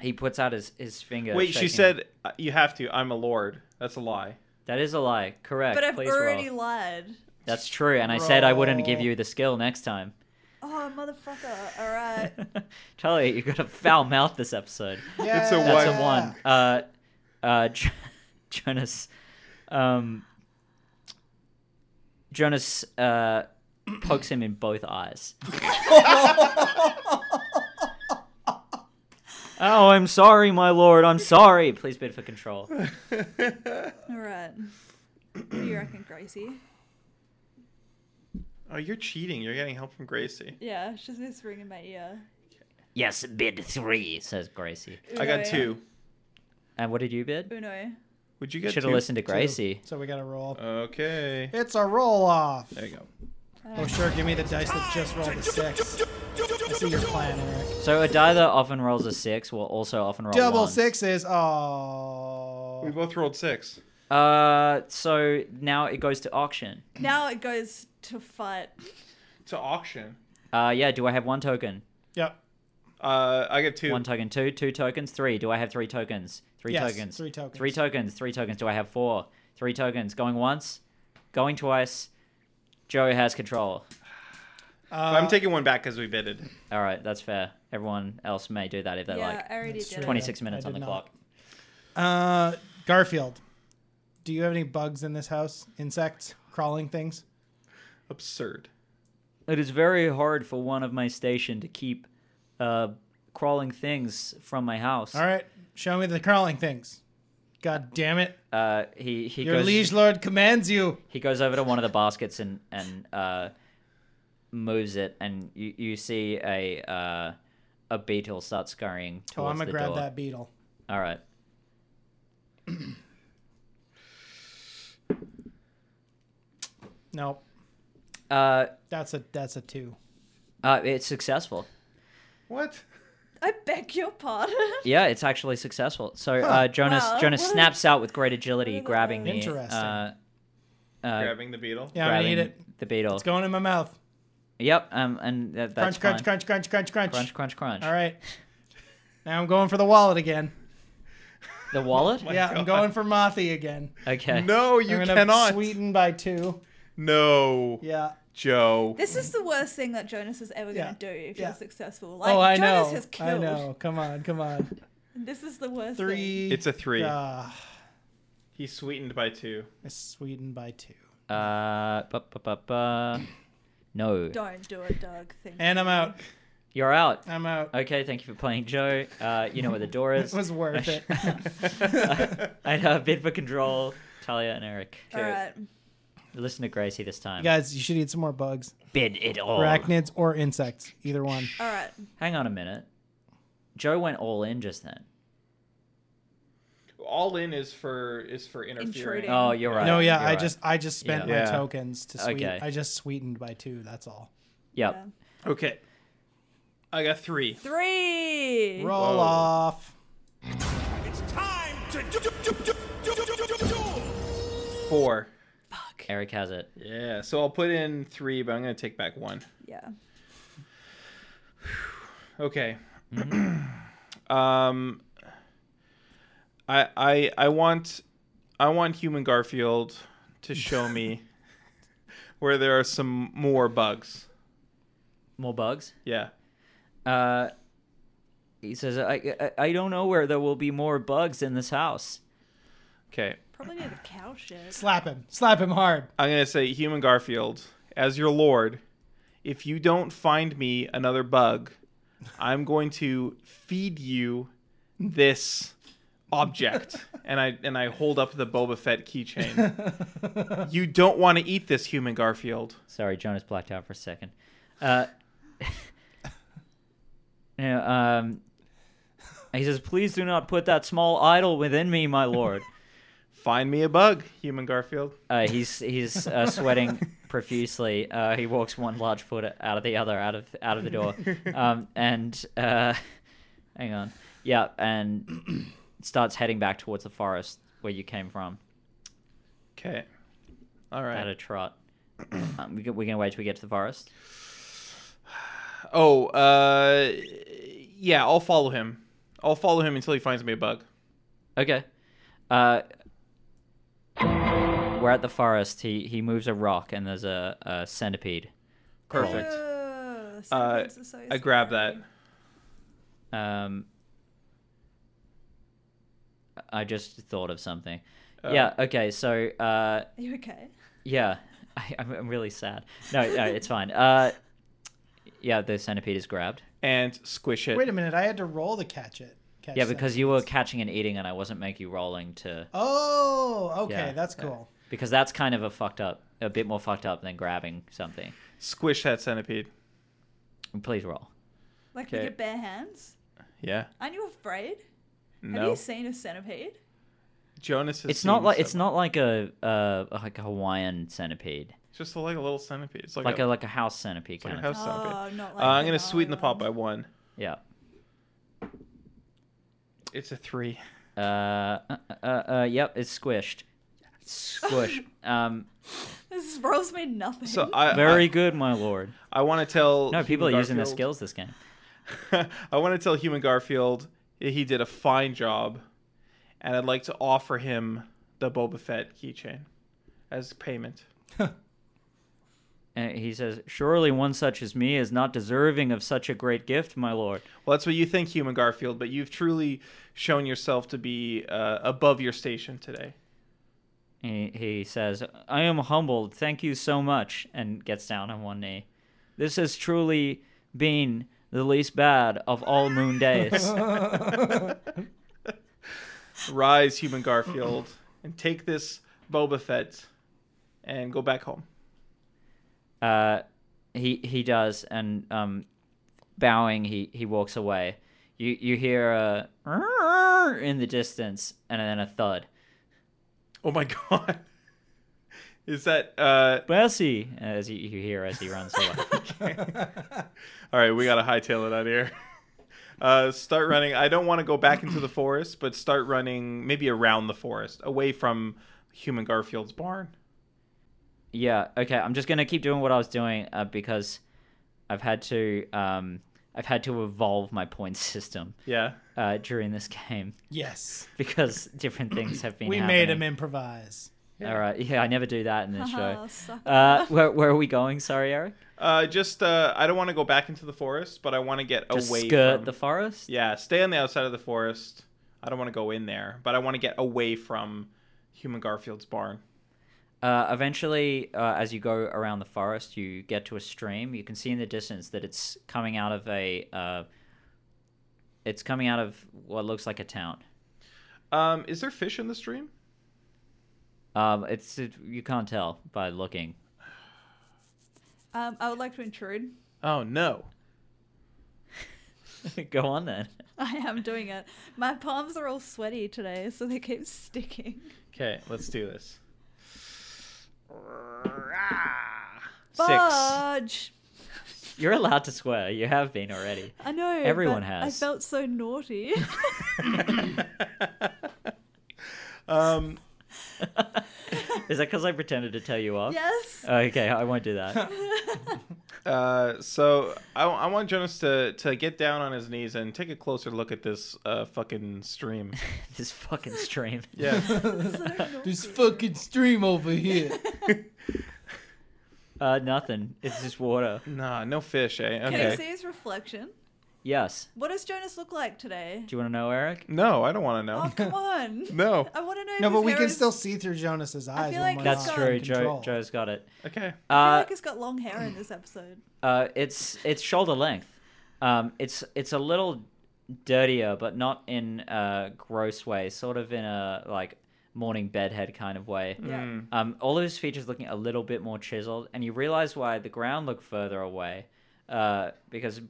Speaker 1: he puts out his his finger.
Speaker 2: Wait, she
Speaker 1: shaking.
Speaker 2: said uh, you have to. I'm a lord. That's a lie.
Speaker 1: that is a lie. Correct.
Speaker 3: but I've
Speaker 1: Please
Speaker 3: already
Speaker 1: roll.
Speaker 3: lied.
Speaker 1: That's true, and I said I wouldn't give
Speaker 4: Roll.
Speaker 1: you the skill next time.
Speaker 3: Oh motherfucker! All right.
Speaker 1: Charlie, you got to foul mouth this episode.
Speaker 2: It's a
Speaker 1: That's
Speaker 2: Yeah.
Speaker 1: a one. Uh, uh, Jo- Jonas, um, Jonas uh, pokes him in both eyes. oh, I'm sorry, my lord. I'm sorry. Please bid for control.
Speaker 3: All right. What do you reckon, Gracie?
Speaker 2: Oh, you're cheating. You're getting help from Gracie.
Speaker 3: Yeah, it's just this ring in my ear.
Speaker 1: Yes, bid three, says Gracie.
Speaker 2: I got
Speaker 3: Uno.
Speaker 2: two.
Speaker 1: And what did you bid?
Speaker 3: Uno.
Speaker 2: Would you
Speaker 1: You
Speaker 2: get
Speaker 1: should
Speaker 2: two?
Speaker 1: have listened to Gracie.
Speaker 4: So we got to roll.
Speaker 2: Okay.
Speaker 4: It's a roll off.
Speaker 2: There you go.
Speaker 4: Oh sure, give me the dice that just rolled a six. I see your plan, Eric.
Speaker 1: So a die that often rolls a six will also often roll
Speaker 4: Double
Speaker 1: ones.
Speaker 4: sixes.
Speaker 2: We
Speaker 4: Oh.
Speaker 2: both rolled six.
Speaker 1: Uh, so now it goes to auction.
Speaker 3: Now it goes to fight.
Speaker 2: To auction.
Speaker 1: Uh, yeah. Do I have one token?
Speaker 4: Yep.
Speaker 2: Uh, I got two.
Speaker 1: One token, two, two tokens, three. Do I have three tokens? Three
Speaker 4: Yes,
Speaker 1: tokens.
Speaker 4: three tokens.
Speaker 1: Three tokens, three tokens. Do I have four? Three tokens. Going once, going twice. Joe has control.
Speaker 4: Uh,
Speaker 2: I'm taking one back because we bidded.
Speaker 1: All right, that's fair. Everyone else may do that if they
Speaker 3: yeah,
Speaker 1: like.
Speaker 3: I already
Speaker 4: That's
Speaker 3: did.
Speaker 4: true.
Speaker 3: it.
Speaker 1: 26
Speaker 4: I
Speaker 1: minutes on
Speaker 4: did
Speaker 1: the
Speaker 4: not.
Speaker 1: clock.
Speaker 4: Uh, Garfield, do you have any bugs in this house? Insects, crawling things?
Speaker 2: Absurd.
Speaker 1: It is very hard for one of my station to keep uh, crawling things from my house.
Speaker 4: All right, show me the crawling things. God damn it!
Speaker 1: Uh, he he
Speaker 4: Your
Speaker 1: goes,
Speaker 4: liege lord commands you.
Speaker 1: He goes over to one of the baskets and and uh, moves it, and you, you see a uh, a beetle start scurrying towards
Speaker 4: Oh, I'm gonna
Speaker 1: the
Speaker 4: grab
Speaker 1: door.
Speaker 4: that beetle.
Speaker 1: All right.
Speaker 4: Nope,
Speaker 1: Uh,
Speaker 4: that's a that's a two.
Speaker 1: uh, it's successful.
Speaker 2: What?
Speaker 3: I beg your pardon.
Speaker 1: Yeah, it's actually successful. So uh, Jonas
Speaker 3: Wow.
Speaker 1: Jonas
Speaker 3: What?
Speaker 1: snaps out with great agility,
Speaker 3: What are
Speaker 1: grabbing the
Speaker 4: those? Interesting.
Speaker 1: uh, uh,
Speaker 2: Grabbing the beetle.
Speaker 4: Yeah, I'm gonna eat
Speaker 1: grabbing
Speaker 4: it.
Speaker 1: the beetle.
Speaker 4: It's going in my mouth.
Speaker 1: Yep, um, and that, that's
Speaker 4: Crunch, crunch,
Speaker 1: fine.
Speaker 4: crunch, crunch, crunch, crunch,
Speaker 1: crunch, crunch, crunch. Oh
Speaker 4: All right. Now I'm going for the wallet again.
Speaker 1: The wallet.
Speaker 4: yeah, I'm
Speaker 2: God.
Speaker 4: going for Mothy again.
Speaker 1: Okay.
Speaker 2: No, you
Speaker 4: I'm gonna
Speaker 2: cannot.
Speaker 4: Sweeten by two.
Speaker 2: No,
Speaker 4: Yeah.
Speaker 2: Joe.
Speaker 3: This is the worst thing that Jonas is ever
Speaker 4: Yeah.
Speaker 3: going to do if
Speaker 4: Yeah.
Speaker 3: you're successful. Like,
Speaker 4: oh, I
Speaker 3: Jonas
Speaker 4: know.
Speaker 3: has killed.
Speaker 4: I know. Come on, come on.
Speaker 3: This is the worst thing.
Speaker 4: Three.
Speaker 2: It's a three.
Speaker 4: Ah,
Speaker 2: He's sweetened by two.
Speaker 4: it's sweetened by two.
Speaker 1: Uh, bu- bu- bu- bu- no,
Speaker 3: Don't do it, Doug. Thank
Speaker 4: And I'm out.
Speaker 1: you're out.
Speaker 4: I'm out.
Speaker 1: Okay, thank you for playing, Joe. Uh, you know where the door
Speaker 4: It
Speaker 1: is.
Speaker 4: was worth it.
Speaker 1: I'd uh, bid for control. Talia and Eric.
Speaker 3: All right.
Speaker 1: Listen to Gracie this time.
Speaker 4: Guys, you should eat some more bugs.
Speaker 1: Bid it all.
Speaker 4: Arachnids or insects. Either one.
Speaker 3: All right.
Speaker 1: Hang on a minute. Joe went all in just then.
Speaker 2: All in is for is for interfering.
Speaker 3: Intruding.
Speaker 1: Oh, you're right.
Speaker 4: No, yeah,
Speaker 1: you're
Speaker 4: I
Speaker 1: right.
Speaker 4: just I just spent
Speaker 1: Yeah.
Speaker 4: my
Speaker 2: Yeah.
Speaker 4: tokens to sweeten.
Speaker 1: Okay.
Speaker 4: I just sweetened by two, that's all.
Speaker 1: Yep.
Speaker 3: Yeah.
Speaker 2: Okay. I got three.
Speaker 3: Three.
Speaker 4: Roll
Speaker 2: Whoa.
Speaker 4: off.
Speaker 5: It's time to do, do, do, do, do, do, do, do, do.
Speaker 2: Four.
Speaker 1: Eric has it.
Speaker 2: Yeah. So I'll put in three, but I'm gonna take back one.
Speaker 3: Yeah.
Speaker 2: Okay. um. I I I want I want human Garfield to show me where there are some more bugs.
Speaker 1: More bugs.
Speaker 2: Yeah.
Speaker 1: Uh, he says, I, I I don't know where there will be more bugs in this house.
Speaker 2: Okay.
Speaker 3: Probably near the cow shed.
Speaker 4: Slap him. Slap him hard.
Speaker 2: I'm gonna say human Garfield as your lord. If you don't find me another bug, I'm going to feed you this object. and I and I hold up the Boba Fett keychain. you don't want to eat this, human Garfield.
Speaker 1: Sorry, Jonas blacked out for a second. Uh, Yeah, um, he says, "Please do not put that small idol within me, my lord."
Speaker 2: Find me a bug, human Garfield.
Speaker 1: Uh, he's he's uh, sweating profusely. Uh, he walks one large foot out of the other out of out of the door, um, and uh, hang on, yeah, and starts heading back towards the forest where you came from
Speaker 2: Okay. All
Speaker 1: at a
Speaker 2: right.
Speaker 1: trot. um, we, go- we're gonna wait till we get to the forest.
Speaker 2: Oh, uh, yeah, I'll follow him. I'll follow him until he finds me a bug.
Speaker 1: Okay. Uh, we're at the forest. He he moves a rock and there's a, a centipede.
Speaker 2: Perfect.
Speaker 3: Ugh,
Speaker 2: Uh,
Speaker 3: centipedes are so
Speaker 2: I grab that.
Speaker 3: scary.
Speaker 1: Um, I just thought of something. yeah. Okay. So uh,
Speaker 3: Are you okay?
Speaker 1: yeah, I, I'm, I'm really sad. No, no, it's fine. Uh, yeah, the centipede is grabbed.
Speaker 2: And squish it.
Speaker 4: Wait a minute, I had to roll to catch it. Catch
Speaker 1: Yeah, because you were
Speaker 4: centipedes.
Speaker 1: catching and eating, and I wasn't making you rolling to
Speaker 4: Oh, okay,
Speaker 1: Yeah,
Speaker 4: that's
Speaker 1: yeah.
Speaker 4: cool.
Speaker 1: because that's kind of a fucked up, a bit more fucked up than grabbing something.
Speaker 2: Squish that centipede.
Speaker 1: Please roll.
Speaker 3: Like
Speaker 2: Okay.
Speaker 3: with your bare hands?
Speaker 2: Yeah.
Speaker 3: Aren't you afraid? Have
Speaker 2: No.
Speaker 3: you seen a centipede?
Speaker 2: Jonas has
Speaker 1: It's not
Speaker 2: seen
Speaker 1: like it's
Speaker 2: some-
Speaker 1: not like a uh like a Hawaiian centipede,
Speaker 2: It's just like a little centipede. It's like,
Speaker 1: like
Speaker 2: a,
Speaker 1: a like a house centipede
Speaker 2: it's like
Speaker 1: kind
Speaker 2: a
Speaker 1: of.
Speaker 2: house centipede.
Speaker 3: Oh, not
Speaker 2: Uh,
Speaker 3: like
Speaker 2: I'm
Speaker 3: the
Speaker 2: gonna sweeten the pot by
Speaker 3: Maui
Speaker 2: one.
Speaker 1: Yeah.
Speaker 2: It's a three.
Speaker 1: Uh, uh, uh, uh, yep, it's squished. Squish. Um,
Speaker 3: ones. This rolls mean nothing.
Speaker 2: So I
Speaker 1: very
Speaker 2: I,
Speaker 1: good, my lord.
Speaker 2: I want to tell
Speaker 1: No, people are
Speaker 2: Human
Speaker 1: using their
Speaker 2: Garfield-
Speaker 1: skills this game.
Speaker 2: I want to tell Human Garfield he did a fine job, and I'd like to offer him the Boba Fett keychain as payment.
Speaker 1: And Uh, he says, "Surely one such as me is not deserving of such a great gift, my lord."
Speaker 2: Well, that's what you think, Human Garfield, but you've truly shown yourself to be uh, above your station today.
Speaker 1: He, he says, "I am humbled. Thank you so much," and gets down on one knee. This has truly been the least bad of all moon days.
Speaker 2: Rise, Human Garfield, and take this Boba Fett and go back home.
Speaker 1: Uh, he he does, and um, bowing, he he walks away. You you hear a "Rrrr" in the distance, and then a thud.
Speaker 2: Oh my god. Is that uh
Speaker 1: Bessie, as you, you hear as he runs away.
Speaker 2: all right, we gotta hightail it out of here. Uh start running. I don't wanna go back into the forest, but start running maybe around the forest, away from human Garfield's barn.
Speaker 1: yeah. Okay. I'm just gonna keep doing what I was doing uh, because I've had to um I've had to evolve my point system
Speaker 2: Yeah.
Speaker 1: uh, during this game
Speaker 4: Yes.
Speaker 1: because different things have been.
Speaker 4: we made him
Speaker 1: happening.
Speaker 4: improvise.
Speaker 1: All right. Yeah. I never do that in this
Speaker 3: Haha,
Speaker 1: show.
Speaker 3: Ah, sucker.
Speaker 1: Uh, where where are we going? Sorry, Eric.
Speaker 2: Uh just uh I don't wanna go back into the forest, but I wanna get
Speaker 1: Just
Speaker 2: away
Speaker 1: skirt
Speaker 2: from
Speaker 1: the forest.
Speaker 2: Yeah, stay on the outside of the forest. I don't wanna go in there, but I wanna get away from human Garfield's barn.
Speaker 1: Uh, eventually, uh, as you go around the forest, you get to a stream. You can see in the distance that it's coming out of a. Uh, it's coming out of what looks like a town.
Speaker 2: Um, is there fish in the stream?
Speaker 1: Um, it's it, you can't tell by looking.
Speaker 3: Um, I would like to intrude.
Speaker 2: Oh no.
Speaker 1: go on then.
Speaker 3: I am doing it. My palms are all sweaty today, so they keep sticking.
Speaker 2: Okay, let's do this. Six.
Speaker 3: Fudge!
Speaker 1: You're allowed to swear. You have been already.
Speaker 3: I know.
Speaker 1: Everyone
Speaker 3: but
Speaker 1: has.
Speaker 3: I felt so naughty.
Speaker 2: Um,
Speaker 1: Is that because I pretended to tell you off? Uh,
Speaker 3: yes.
Speaker 1: Okay, I won't do that.
Speaker 2: uh, so I, I want Jonas to, to get down on his knees and take a closer look at this uh, fucking stream.
Speaker 1: this fucking stream.
Speaker 2: Yeah.
Speaker 4: This fucking stream over here.
Speaker 1: Uh, nothing. It's just water.
Speaker 2: nah, no fish, eh?
Speaker 3: Can you see
Speaker 2: Okay.
Speaker 3: his reflection?
Speaker 1: Yes.
Speaker 3: What does Jonas look like today?
Speaker 1: Do you want to know, Eric?
Speaker 2: No, I don't want to
Speaker 3: Oh
Speaker 2: know.
Speaker 3: come on!
Speaker 2: No.
Speaker 3: I want to know.
Speaker 4: No,
Speaker 3: if
Speaker 4: but
Speaker 3: his
Speaker 4: we
Speaker 3: hair
Speaker 4: can
Speaker 3: is-
Speaker 4: still see through Jonas's eyes.
Speaker 3: feel
Speaker 4: when
Speaker 3: like
Speaker 4: we're
Speaker 1: That's
Speaker 4: not
Speaker 1: true.
Speaker 4: in
Speaker 1: Joe,
Speaker 4: control.
Speaker 1: Joe's got it.
Speaker 2: Okay.
Speaker 3: I feel
Speaker 1: Uh,
Speaker 3: like he's got long hair in this episode.
Speaker 1: Uh, it's it's shoulder length. Um, it's it's a little dirtier, but not in a gross way. Sort of in a like morning bedhead kind of way.
Speaker 3: Yeah.
Speaker 2: Hmm.
Speaker 1: Um, all of his features looking a little bit more chiseled, and you realize why the ground looked further away, uh, because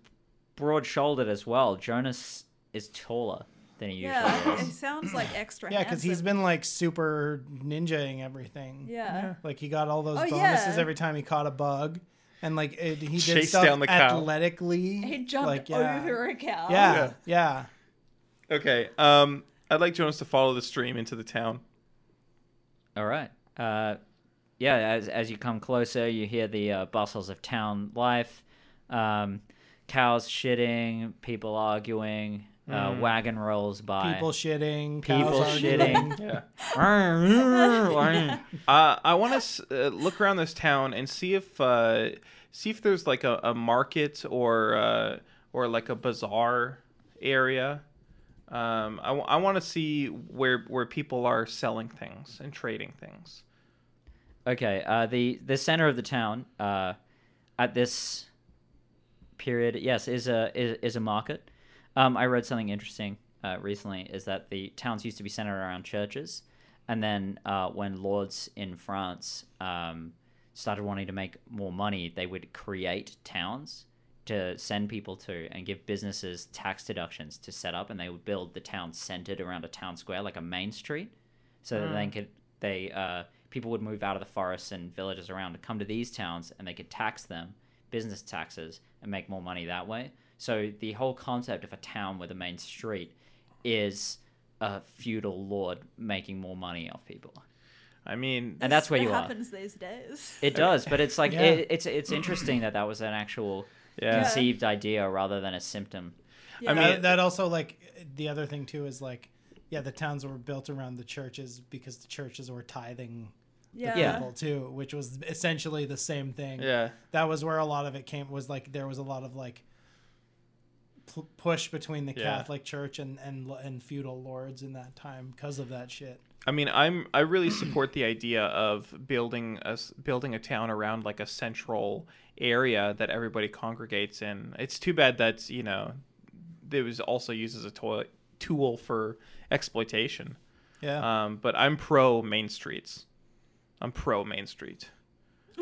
Speaker 1: broad shouldered as well. Jonas is taller than he usually
Speaker 3: Yeah,
Speaker 1: is.
Speaker 3: it sounds like extra.
Speaker 4: Yeah, because he's
Speaker 3: handsome.
Speaker 4: been like super ninjaing everything.
Speaker 3: Oh, Yeah.
Speaker 4: Like he got all those
Speaker 3: Oh,
Speaker 4: bonuses
Speaker 3: yeah.
Speaker 4: every time he caught a bug, and like it, he did
Speaker 2: Chased
Speaker 4: stuff
Speaker 2: down the cow.
Speaker 4: athletically.
Speaker 3: He jumped
Speaker 4: like, yeah.
Speaker 3: over a cow.
Speaker 4: Yeah,
Speaker 2: Yeah.
Speaker 4: yeah,
Speaker 2: Okay. Um, I'd like Jonas to follow the stream into the town.
Speaker 1: All right. Uh, yeah, as, as you come closer, you hear the uh, bustles of town life um, cows shitting, people arguing, uh, wagon rolls by.
Speaker 4: People shitting.
Speaker 1: People
Speaker 4: cows
Speaker 1: shitting.
Speaker 2: Yeah.
Speaker 1: yeah.
Speaker 2: Uh, I want to uh, look around this town and see if uh, see if there's like a, a market or uh, or like a bazaar area. Um, I, want to see where where people are selling things and trading things.
Speaker 1: Okay. Uh, the the center of the town uh, at this period, yes, is a is, is a market. Um, I read something interesting uh, recently is that the towns used to be centered around churches, and then uh, when lords in France um, started wanting to make more money, they would create towns to send people to and give businesses tax deductions to set up, and they would build the town centered around a town square, like a main street so that then could they uh, people would move out of the forests and villages around to come to these towns and they could tax them business taxes and make more money that way so the whole concept of a town with a main street is a feudal lord making more money off people
Speaker 2: I mean,
Speaker 1: and that's where
Speaker 3: That
Speaker 1: you are
Speaker 3: happens these days.
Speaker 1: it does but it's like
Speaker 4: Yeah.
Speaker 1: it, it's it's interesting that that was an actual
Speaker 2: Yeah.
Speaker 1: conceived idea rather than a symptom
Speaker 2: I
Speaker 4: That,
Speaker 2: mean,
Speaker 4: that also like the other thing too is like, yeah, the towns were built around the churches because the churches were tithing
Speaker 3: Yeah.
Speaker 1: Yeah.
Speaker 4: people too, which was essentially the same thing.
Speaker 2: yeah,
Speaker 4: that was where a lot of it came was like there was a lot of like p- push between the
Speaker 2: Yeah.
Speaker 4: catholic church and and l- and feudal lords in that time because of that shit
Speaker 2: I mean, I'm I really support the idea of building a s- building a town around like a central area that everybody congregates in. It's too bad that you know it was also used as a toy tool for exploitation.
Speaker 4: yeah
Speaker 2: Um, but I'm pro main streets. I'm pro main street.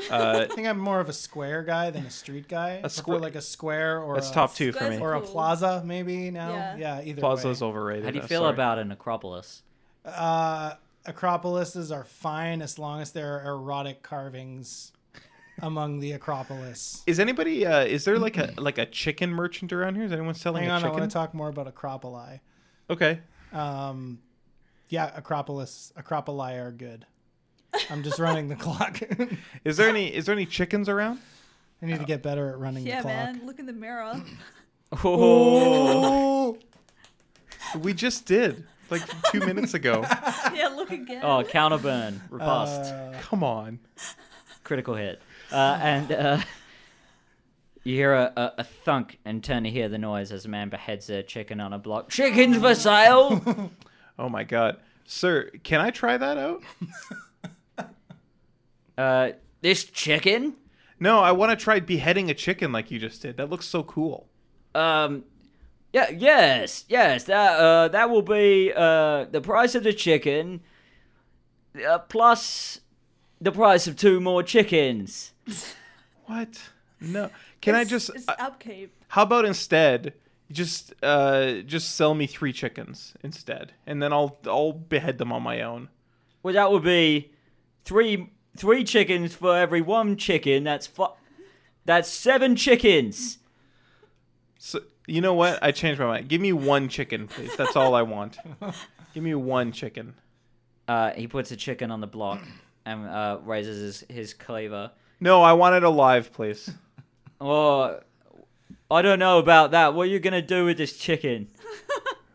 Speaker 2: Uh,
Speaker 4: i think i'm more of a square guy than a street guy a
Speaker 2: square-
Speaker 4: like a square or
Speaker 2: that's
Speaker 4: a,
Speaker 2: top two for
Speaker 3: Squares
Speaker 2: me.
Speaker 4: or a
Speaker 3: Cool.
Speaker 4: plaza maybe now
Speaker 3: Yeah.
Speaker 4: yeah, either
Speaker 2: Plaza's
Speaker 4: way.
Speaker 2: overrated.
Speaker 1: how do you
Speaker 2: uh,
Speaker 1: feel
Speaker 2: sorry.
Speaker 1: about an acropolis
Speaker 4: uh acropolises are fine as long as there are erotic carvings among the acropolis
Speaker 2: Is anybody? Uh, is there like a like a chicken merchant around here? Is anyone selling
Speaker 4: hang
Speaker 2: a
Speaker 4: on i
Speaker 2: chicken?
Speaker 4: want to talk more about acropoli
Speaker 2: okay.
Speaker 4: Um, yeah, Acropolis, Acropoli are good. I'm just running the clock. I
Speaker 2: Is there any? Is there any chickens around?
Speaker 4: need to get better at running
Speaker 3: Yeah,
Speaker 4: the clock.
Speaker 3: man. Look in the mirror.
Speaker 4: Oh,
Speaker 2: We just did like two minutes ago.
Speaker 3: yeah, look again.
Speaker 1: oh counterburn riposte
Speaker 4: uh,
Speaker 2: Come on.
Speaker 1: critical hit. Uh, and uh, you hear a, a, a thunk and turn to hear the noise as a man beheads a chicken on a block. Chickens for sale!
Speaker 2: Oh my god, sir, can I try that out?
Speaker 1: uh, this chicken?
Speaker 2: No, I want to try beheading a chicken like you just did. That looks so cool.
Speaker 1: Um, yeah, yes, yes, that, uh, that will be uh, the price of the chicken uh, plus the price of two more chickens.
Speaker 2: What? No. Can I
Speaker 3: It's-
Speaker 2: just?
Speaker 3: It's
Speaker 2: uh,
Speaker 3: upkeep.
Speaker 2: how about instead? you Just uh, just sell me three chickens instead, and then I'll I'll behead them on my own.
Speaker 1: Well, that would be three three chickens for every one chicken. That's fi- that's seven chickens.
Speaker 2: So you know what? I changed my mind. Give me one chicken, please. That's all I want. Give me one chicken.
Speaker 1: Uh, he puts a chicken on the block and uh, raises his, his cleaver.
Speaker 2: No, I want it alive, please.
Speaker 1: Oh, I don't know about that. What are you gonna do with this chicken?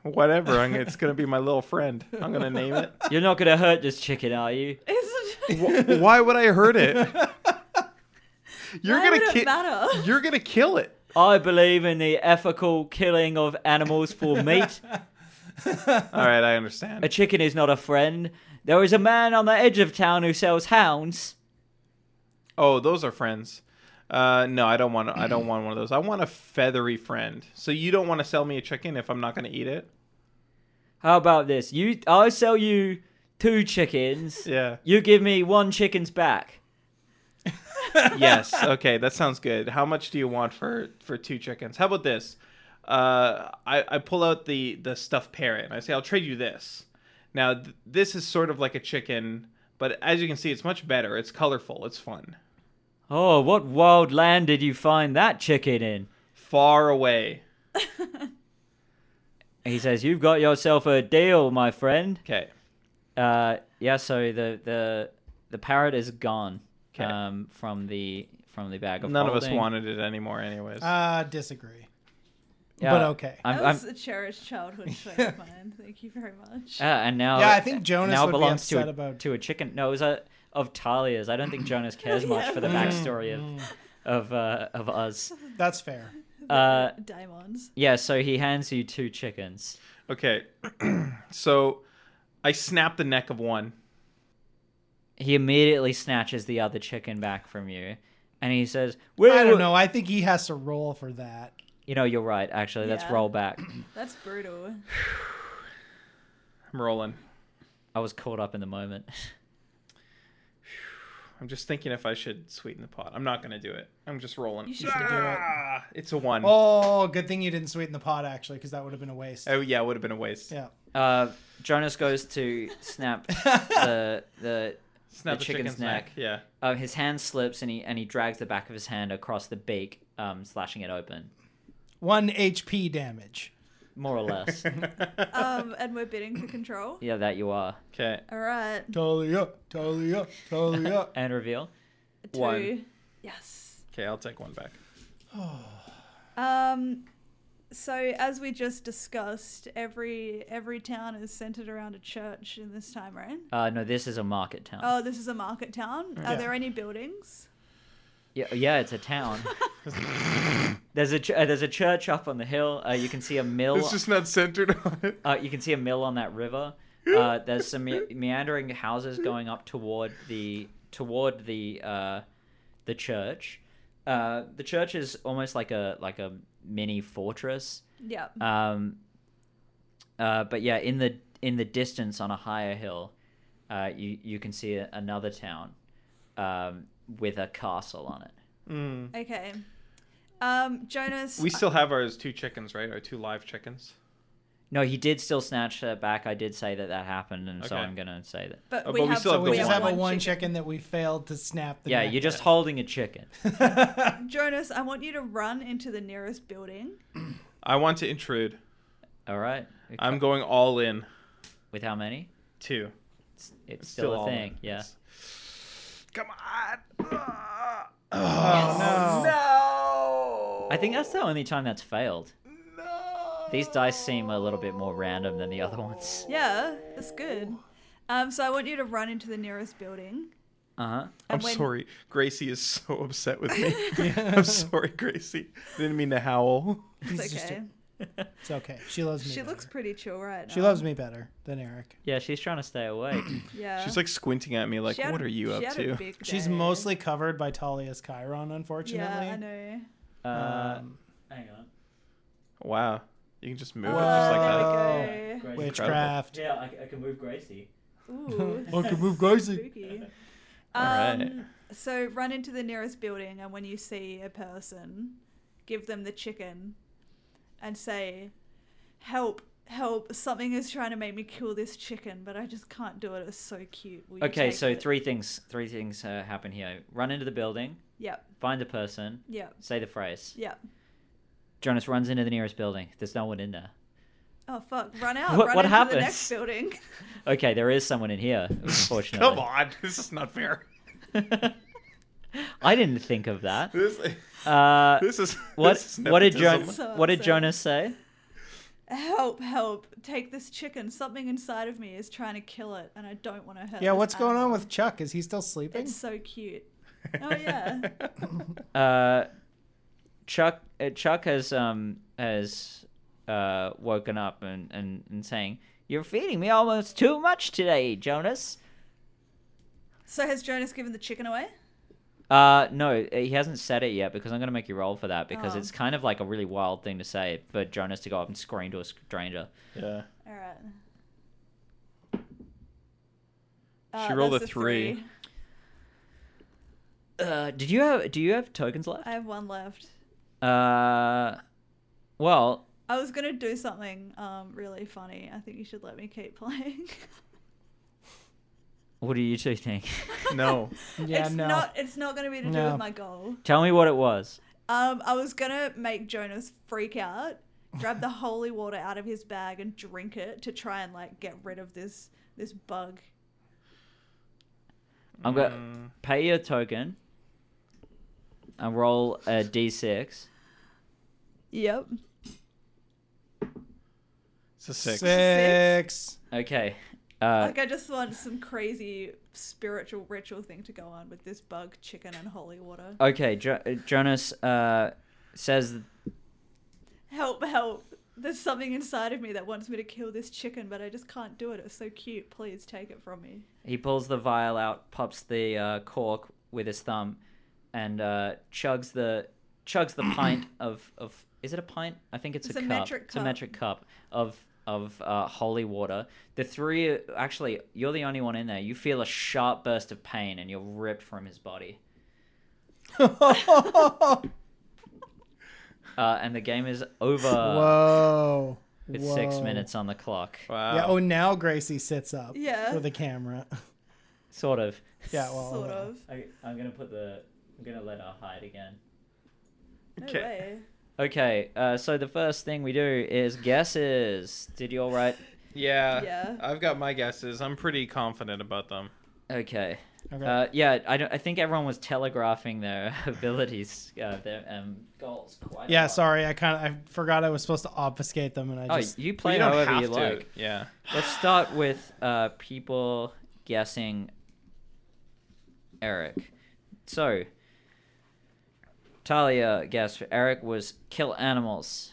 Speaker 2: Whatever. I'm, it's gonna be my little friend. I'm gonna name it.
Speaker 1: You're not gonna hurt this chicken, are you?
Speaker 3: Isn't
Speaker 2: Wh- Why would I hurt it? You're
Speaker 3: Why would
Speaker 2: gonna
Speaker 3: it
Speaker 2: ki-
Speaker 3: matter?
Speaker 2: You're gonna kill it.
Speaker 1: I believe in the ethical killing of animals for meat.
Speaker 2: All right, I
Speaker 1: A
Speaker 2: understand.
Speaker 1: chicken is not a friend. There is a man on the edge of town who sells hounds.
Speaker 2: Oh, those are friends. Uh, no, I don't want. I don't want one of those. I want a feathery friend. So you don't want to sell me a chicken if I'm not gonna eat it?
Speaker 1: How about this? You, I'll sell you two chickens.
Speaker 2: Yeah.
Speaker 1: You give me one chicken's back.
Speaker 2: yes. Okay, that sounds good. How much do you want for for two chickens? How about this? uh, I, I pull out the the stuffed parrot and I say, I'll trade you this. Now th- this is sort of like a chicken, but as you can see, it's much better. It's colorful. It's fun.
Speaker 1: Oh, what wild land did you find that chicken in?
Speaker 2: Far away.
Speaker 1: He says, You've got yourself a deal, my friend.
Speaker 2: Okay.
Speaker 1: Uh, yeah, so the, the the parrot is gone
Speaker 2: 'Kay.
Speaker 1: um, from the from the bag of
Speaker 2: None of us
Speaker 1: holding.
Speaker 2: wanted it anymore, anyways.
Speaker 4: Uh, disagree.
Speaker 1: Yeah.
Speaker 4: But okay.
Speaker 1: I'm,
Speaker 3: that
Speaker 1: I'm,
Speaker 3: was a cherished childhood show of mine. Thank you very much.
Speaker 1: uh, and now
Speaker 4: Yeah, I think Jonas
Speaker 1: now
Speaker 4: would be
Speaker 1: belongs to
Speaker 4: upset
Speaker 1: a,
Speaker 4: about-
Speaker 1: to a chicken. No, it was a, of Talia's. I don't think Jonas cares much
Speaker 4: Mm.
Speaker 1: for the backstory of of uh, of us.
Speaker 4: That's fair.
Speaker 1: Uh,
Speaker 3: Diamonds.
Speaker 1: yeah, so he hands you two chickens.
Speaker 2: Okay. so I snap the neck of one.
Speaker 1: He immediately snatches the other chicken back from you, and he says, "Wait,
Speaker 4: I
Speaker 1: wait-
Speaker 4: don't know. I think he has to roll for that.
Speaker 1: You know, you're right. Actually, let's
Speaker 3: Yeah.
Speaker 1: roll back.
Speaker 3: That's brutal.
Speaker 2: I'm rolling.
Speaker 1: I was caught up in the moment.
Speaker 2: I'm just thinking if I should sweeten the pot. I'm not gonna do it. I'm just rolling.
Speaker 3: You should
Speaker 2: Ah, It's a one. Oh,
Speaker 4: Oh, good thing you didn't sweeten the pot actually, because that would have been a waste.
Speaker 2: yeah, it would have been a waste.
Speaker 4: Yeah.
Speaker 1: Uh, Jonas goes to snap the the
Speaker 2: Snap
Speaker 1: The
Speaker 2: the,
Speaker 1: chicken's
Speaker 2: chicken's, neck.
Speaker 1: neck.
Speaker 2: Yeah.
Speaker 1: Uh, his hand slips and he and he drags the back of his hand across the beak, um, slashing it open,
Speaker 4: One HP damage.
Speaker 1: more or less.
Speaker 3: Um, and we're bidding for control.
Speaker 1: yeah, that you are.
Speaker 2: Okay.
Speaker 3: All right.
Speaker 4: Totally up. Totally up. Totally up.
Speaker 1: And reveal.
Speaker 3: Two.
Speaker 2: One.
Speaker 3: Yes.
Speaker 2: Okay, I'll take one back.
Speaker 3: Um, so as we just discussed, every every town is centered around a church in this time, right?
Speaker 1: Uh, no, this is a market town.
Speaker 3: Oh, this is a market town. Are
Speaker 4: Yeah.
Speaker 3: there any buildings?
Speaker 1: Yeah, yeah, it's a town. there's a ch- uh, there's a church up on the hill. Uh, you can see a mill.
Speaker 2: not centered on it.
Speaker 1: Uh, you can see a mill on that river. Uh, there's some me- meandering houses going up toward the toward the uh, the church. Uh, the church is almost like a like a mini fortress.
Speaker 3: Yeah.
Speaker 1: Um, uh, but yeah, in the in the distance on a higher hill, uh, you you can see a, another town um, with a castle on it.
Speaker 2: Mm.
Speaker 3: okay. Um, Jonas.
Speaker 2: We still have our two chickens, right? Our two live chickens.
Speaker 1: No, he did still snatch that back. I did say that that happened, and so
Speaker 2: Okay.
Speaker 1: I'm gonna say that.
Speaker 3: but
Speaker 2: Oh,
Speaker 3: we,
Speaker 2: but we
Speaker 3: have,
Speaker 2: still
Speaker 4: So
Speaker 2: have the
Speaker 4: we just
Speaker 2: one.
Speaker 4: have a one chicken. that we failed to snap the
Speaker 1: Yeah,
Speaker 4: neck.
Speaker 1: you're just holding a chicken.
Speaker 3: Jonas, I want you to run into the nearest building.
Speaker 2: I want to intrude.
Speaker 1: All right.
Speaker 2: I'm going all in.
Speaker 1: with how many?
Speaker 2: Two.
Speaker 1: It's, it's still,
Speaker 2: all
Speaker 1: a
Speaker 2: in.
Speaker 1: thing. Yeah.
Speaker 2: It's- Come on. Ah.
Speaker 4: Oh, no.
Speaker 2: No.
Speaker 1: I think that's the only time that's failed.
Speaker 2: No.
Speaker 1: These dice seem a little bit more random than the other ones.
Speaker 3: Yeah, that's good. Um, so I want you to run into the nearest building.
Speaker 1: Uh huh.
Speaker 2: I'm
Speaker 3: And when-
Speaker 2: sorry. Gracie is so upset with me. I'm sorry, Gracie. Didn't mean to howl.
Speaker 4: He's
Speaker 3: It's
Speaker 4: just
Speaker 3: okay.
Speaker 4: a- it's okay. She loves me.
Speaker 3: She
Speaker 4: better.
Speaker 3: looks pretty chill right now.
Speaker 4: She loves me better than Eric.
Speaker 1: Yeah, she's trying to stay awake.
Speaker 3: Yeah.
Speaker 2: She's like squinting at me, like,
Speaker 3: Uh, She had
Speaker 2: "What
Speaker 3: a-
Speaker 2: are you
Speaker 3: she
Speaker 2: up
Speaker 3: had a
Speaker 2: to?"
Speaker 3: big
Speaker 4: She's
Speaker 3: day.
Speaker 4: mostly covered by Talia's Chiron,
Speaker 3: Yeah, I
Speaker 4: unfortunately.
Speaker 3: know.
Speaker 1: Uh,
Speaker 4: Um,
Speaker 1: hang on.
Speaker 2: Wow. You can just move
Speaker 3: Oh,
Speaker 2: it just like that.
Speaker 3: there
Speaker 1: Gracie.
Speaker 4: witchcraft.
Speaker 1: Yeah, I, I can move Gracie.
Speaker 3: we go. Ooh.
Speaker 4: Okay, move Gracie.
Speaker 3: Spooky.
Speaker 2: All
Speaker 3: Um,
Speaker 2: right.
Speaker 3: So run into the nearest building, and when you see a person, give them the chicken and say, Help, help, something is trying to make me kill this chicken, but I just can't do it. It's so cute. Will you
Speaker 1: Okay,
Speaker 3: take
Speaker 1: so
Speaker 3: it?"
Speaker 1: three things. Three things uh, happen here. Run into the building,
Speaker 3: Yep,
Speaker 1: find a person,
Speaker 3: yep,
Speaker 1: say the phrase.
Speaker 3: yep.
Speaker 1: Jonas runs into the nearest building. There's no one in there.
Speaker 3: Oh, fuck. Run out.
Speaker 1: What-
Speaker 3: run
Speaker 1: what
Speaker 3: into the next
Speaker 1: happens?
Speaker 3: building.
Speaker 1: Okay, there is someone in here. Unfortunately.
Speaker 2: Come on, this is not fair.
Speaker 1: I didn't think of that.
Speaker 2: This,
Speaker 1: Uh,
Speaker 2: this is
Speaker 1: what
Speaker 2: This is
Speaker 1: what did
Speaker 2: nepotism.
Speaker 1: Jon-
Speaker 3: So
Speaker 1: what did
Speaker 3: upset.
Speaker 1: Jonas say?
Speaker 3: help, help, take this chicken. Something inside of me is trying to kill it, and I don't want to hurt
Speaker 4: Yeah,
Speaker 3: this
Speaker 4: what's going
Speaker 3: animal.
Speaker 4: on with Chuck? Is he still sleeping?
Speaker 3: It's so cute. Oh, yeah.
Speaker 1: Uh, Chuck uh, Chuck has um has uh woken up and, and, and saying you're feeding me almost too much today, Jonas.
Speaker 3: so has Jonas given the chicken away?
Speaker 1: Uh, no, he hasn't said it yet because I'm gonna make you roll for that because
Speaker 3: Oh.
Speaker 1: it's kind of like a really wild thing to say for Jonas to go up and scream to a stranger.
Speaker 2: Yeah.
Speaker 3: All right.
Speaker 2: She rolled
Speaker 3: that's
Speaker 2: a three.
Speaker 1: Uh, did you have do you have tokens left?
Speaker 3: I have one left.
Speaker 1: Uh, well,
Speaker 3: I was gonna do something um, really funny. I think you should let me keep playing.
Speaker 1: What do you two think?
Speaker 2: No.
Speaker 4: Yeah,
Speaker 3: it's
Speaker 4: no.
Speaker 3: not. It's not gonna be to do
Speaker 4: No.
Speaker 3: with my goal.
Speaker 1: Tell me what it was.
Speaker 3: Um, I was gonna make Jonas freak out, grab the holy water out of his bag and drink it to try and like get rid of this this bug.
Speaker 1: I'm gonna pay your token and roll a d6.
Speaker 3: Yep.
Speaker 2: It's a six.
Speaker 4: Six.
Speaker 1: Okay. Uh,
Speaker 3: Like I just want some crazy spiritual ritual thing to go on with this bug, chicken, and holy water.
Speaker 1: okay. Jo- uh, Jonas uh, says
Speaker 3: Help! Help! There's something inside of me that wants me to kill this chicken, but I just can't do it. It's so cute. Please take it from me.
Speaker 1: he pulls the vial out, pops the uh, cork with his thumb, and uh, chugs the chugs the pint of of is it a pint? I think it's,
Speaker 3: It's
Speaker 1: a,
Speaker 3: a
Speaker 1: cup.
Speaker 3: metric
Speaker 1: It's a
Speaker 3: cup.
Speaker 1: metric cup of of uh, holy water. The three actually, you're the only one in there. You feel a sharp burst of pain, and you're ripped from his body. Uh, and the game is over
Speaker 4: Whoa.
Speaker 1: with six
Speaker 4: Whoa.
Speaker 1: minutes on the clock.
Speaker 2: Wow.
Speaker 4: Yeah. Oh, now Gracie sits up.
Speaker 3: Yeah.
Speaker 4: For the camera.
Speaker 1: Sort of.
Speaker 4: Yeah. Well.
Speaker 3: sort
Speaker 4: uh,
Speaker 3: of.
Speaker 1: I, I'm gonna put the. I'm gonna let her hide again.
Speaker 3: No
Speaker 2: Okay.
Speaker 3: way.
Speaker 1: Okay, uh, so the first thing we do is guesses. Did you all right?
Speaker 2: Yeah.
Speaker 3: Yeah.
Speaker 2: I've got my guesses. I'm pretty confident about them.
Speaker 1: Okay.
Speaker 4: Okay.
Speaker 1: Uh, yeah, I, don't, I think everyone was telegraphing their abilities, uh, their um, goals quite. a
Speaker 4: yeah.
Speaker 1: lot.
Speaker 4: Sorry. I kind of I forgot I was supposed to obfuscate them, and I
Speaker 1: Oh,
Speaker 4: just
Speaker 1: you
Speaker 2: But
Speaker 1: play
Speaker 2: you don't
Speaker 1: however
Speaker 2: have
Speaker 1: you
Speaker 2: to.
Speaker 1: like.
Speaker 2: Yeah.
Speaker 1: Let's start with uh, people guessing Eric. So, Talia guessed for Eric was kill animals.